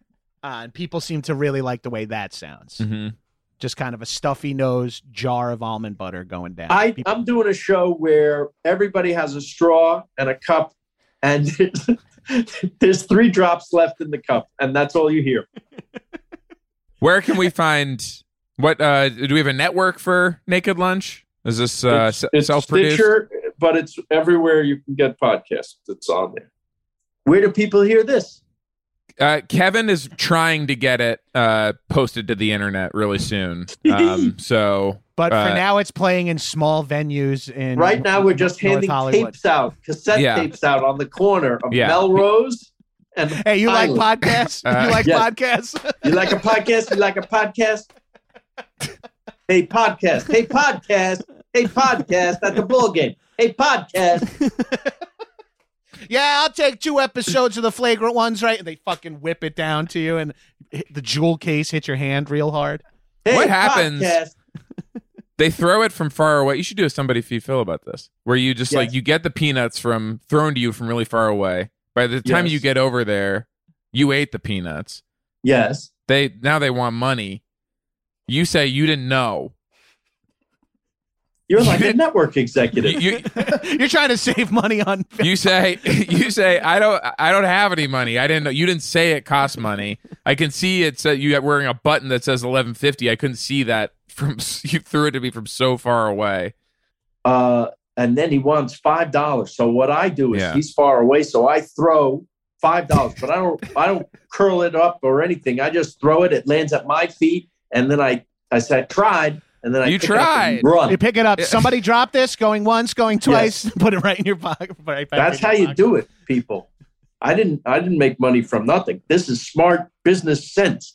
[SPEAKER 5] Uh, and people seem to really like the way that sounds.
[SPEAKER 4] Mhm.
[SPEAKER 5] Just kind of a stuffy nose jar of almond butter going down.
[SPEAKER 6] I,
[SPEAKER 5] People-
[SPEAKER 6] I'm doing a show where everybody has a straw and a cup, and <laughs> there's three drops left in the cup, and that's all you hear.
[SPEAKER 4] Where can we find what? uh Do we have a network for Naked Lunch? Is this uh,
[SPEAKER 6] it's, it's
[SPEAKER 4] self produced?
[SPEAKER 6] Stitcher, but it's everywhere you can get podcasts. It's on there. Where do people hear this?
[SPEAKER 4] Uh, Kevin is trying to get it uh, posted to the internet really soon. Um, so
[SPEAKER 5] but
[SPEAKER 4] uh,
[SPEAKER 5] for now, it's playing in small venues. In
[SPEAKER 6] Right now, we're just
[SPEAKER 5] North
[SPEAKER 6] handing
[SPEAKER 5] Hollywood.
[SPEAKER 6] tapes out, cassette
[SPEAKER 4] Yeah.
[SPEAKER 6] tapes out on the corner of
[SPEAKER 4] Yeah.
[SPEAKER 6] Melrose. And
[SPEAKER 5] Hey, you like
[SPEAKER 6] Island.
[SPEAKER 5] podcasts?
[SPEAKER 4] Uh, <laughs>
[SPEAKER 5] you like
[SPEAKER 6] yes.
[SPEAKER 5] podcasts? <laughs>
[SPEAKER 6] you like a podcast? You like a podcast? Hey, podcast. Hey, podcast. Hey, podcast at the ball game. Hey, podcast.
[SPEAKER 5] yeah, I'll take two episodes of the flagrant ones, right? And they fucking whip it down to you, and hit the jewel case hit your hand real hard. <laughs>
[SPEAKER 6] Hey,
[SPEAKER 4] What happens-
[SPEAKER 6] podcast.
[SPEAKER 4] they throw it from far away. You should do a somebody feed Phil about this, where you just like
[SPEAKER 6] Yes.
[SPEAKER 4] you get the peanuts from thrown to you from really far away. By the time
[SPEAKER 6] Yes.
[SPEAKER 4] you get over there, you ate the peanuts.
[SPEAKER 6] Yes.
[SPEAKER 4] They now they want money. You say you didn't know. <laughs>
[SPEAKER 6] You're like a network executive.
[SPEAKER 4] You- you,
[SPEAKER 5] You're trying to save money on.
[SPEAKER 4] you say <laughs> you say I don't I don't have any money. I didn't know you didn't say it cost money. I can see it's uh, you got wearing a button that says 1150. I couldn't see that from <laughs> you threw it to me from so far away.
[SPEAKER 6] uh, and then he wants five dollars. So what I do is
[SPEAKER 4] Yeah.
[SPEAKER 6] he's far away, so I throw five dollars, but I don't I don't curl it up or anything. I just throw it. It lands at my feet, and then I I said I tried, and then I
[SPEAKER 4] You
[SPEAKER 6] pick it up and
[SPEAKER 4] tried.
[SPEAKER 6] run.
[SPEAKER 5] You pick it up.
[SPEAKER 4] Yeah.
[SPEAKER 5] Somebody drop this. Going once, going twice. <laughs> Put it right in your pocket. Right back
[SPEAKER 6] That's
[SPEAKER 5] in your
[SPEAKER 6] how you
[SPEAKER 5] pocket.
[SPEAKER 6] do it, people. I didn't I didn't make money from nothing. This is smart business sense.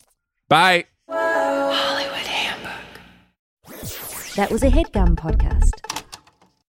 [SPEAKER 4] Bye.
[SPEAKER 1] That was a headgum podcast.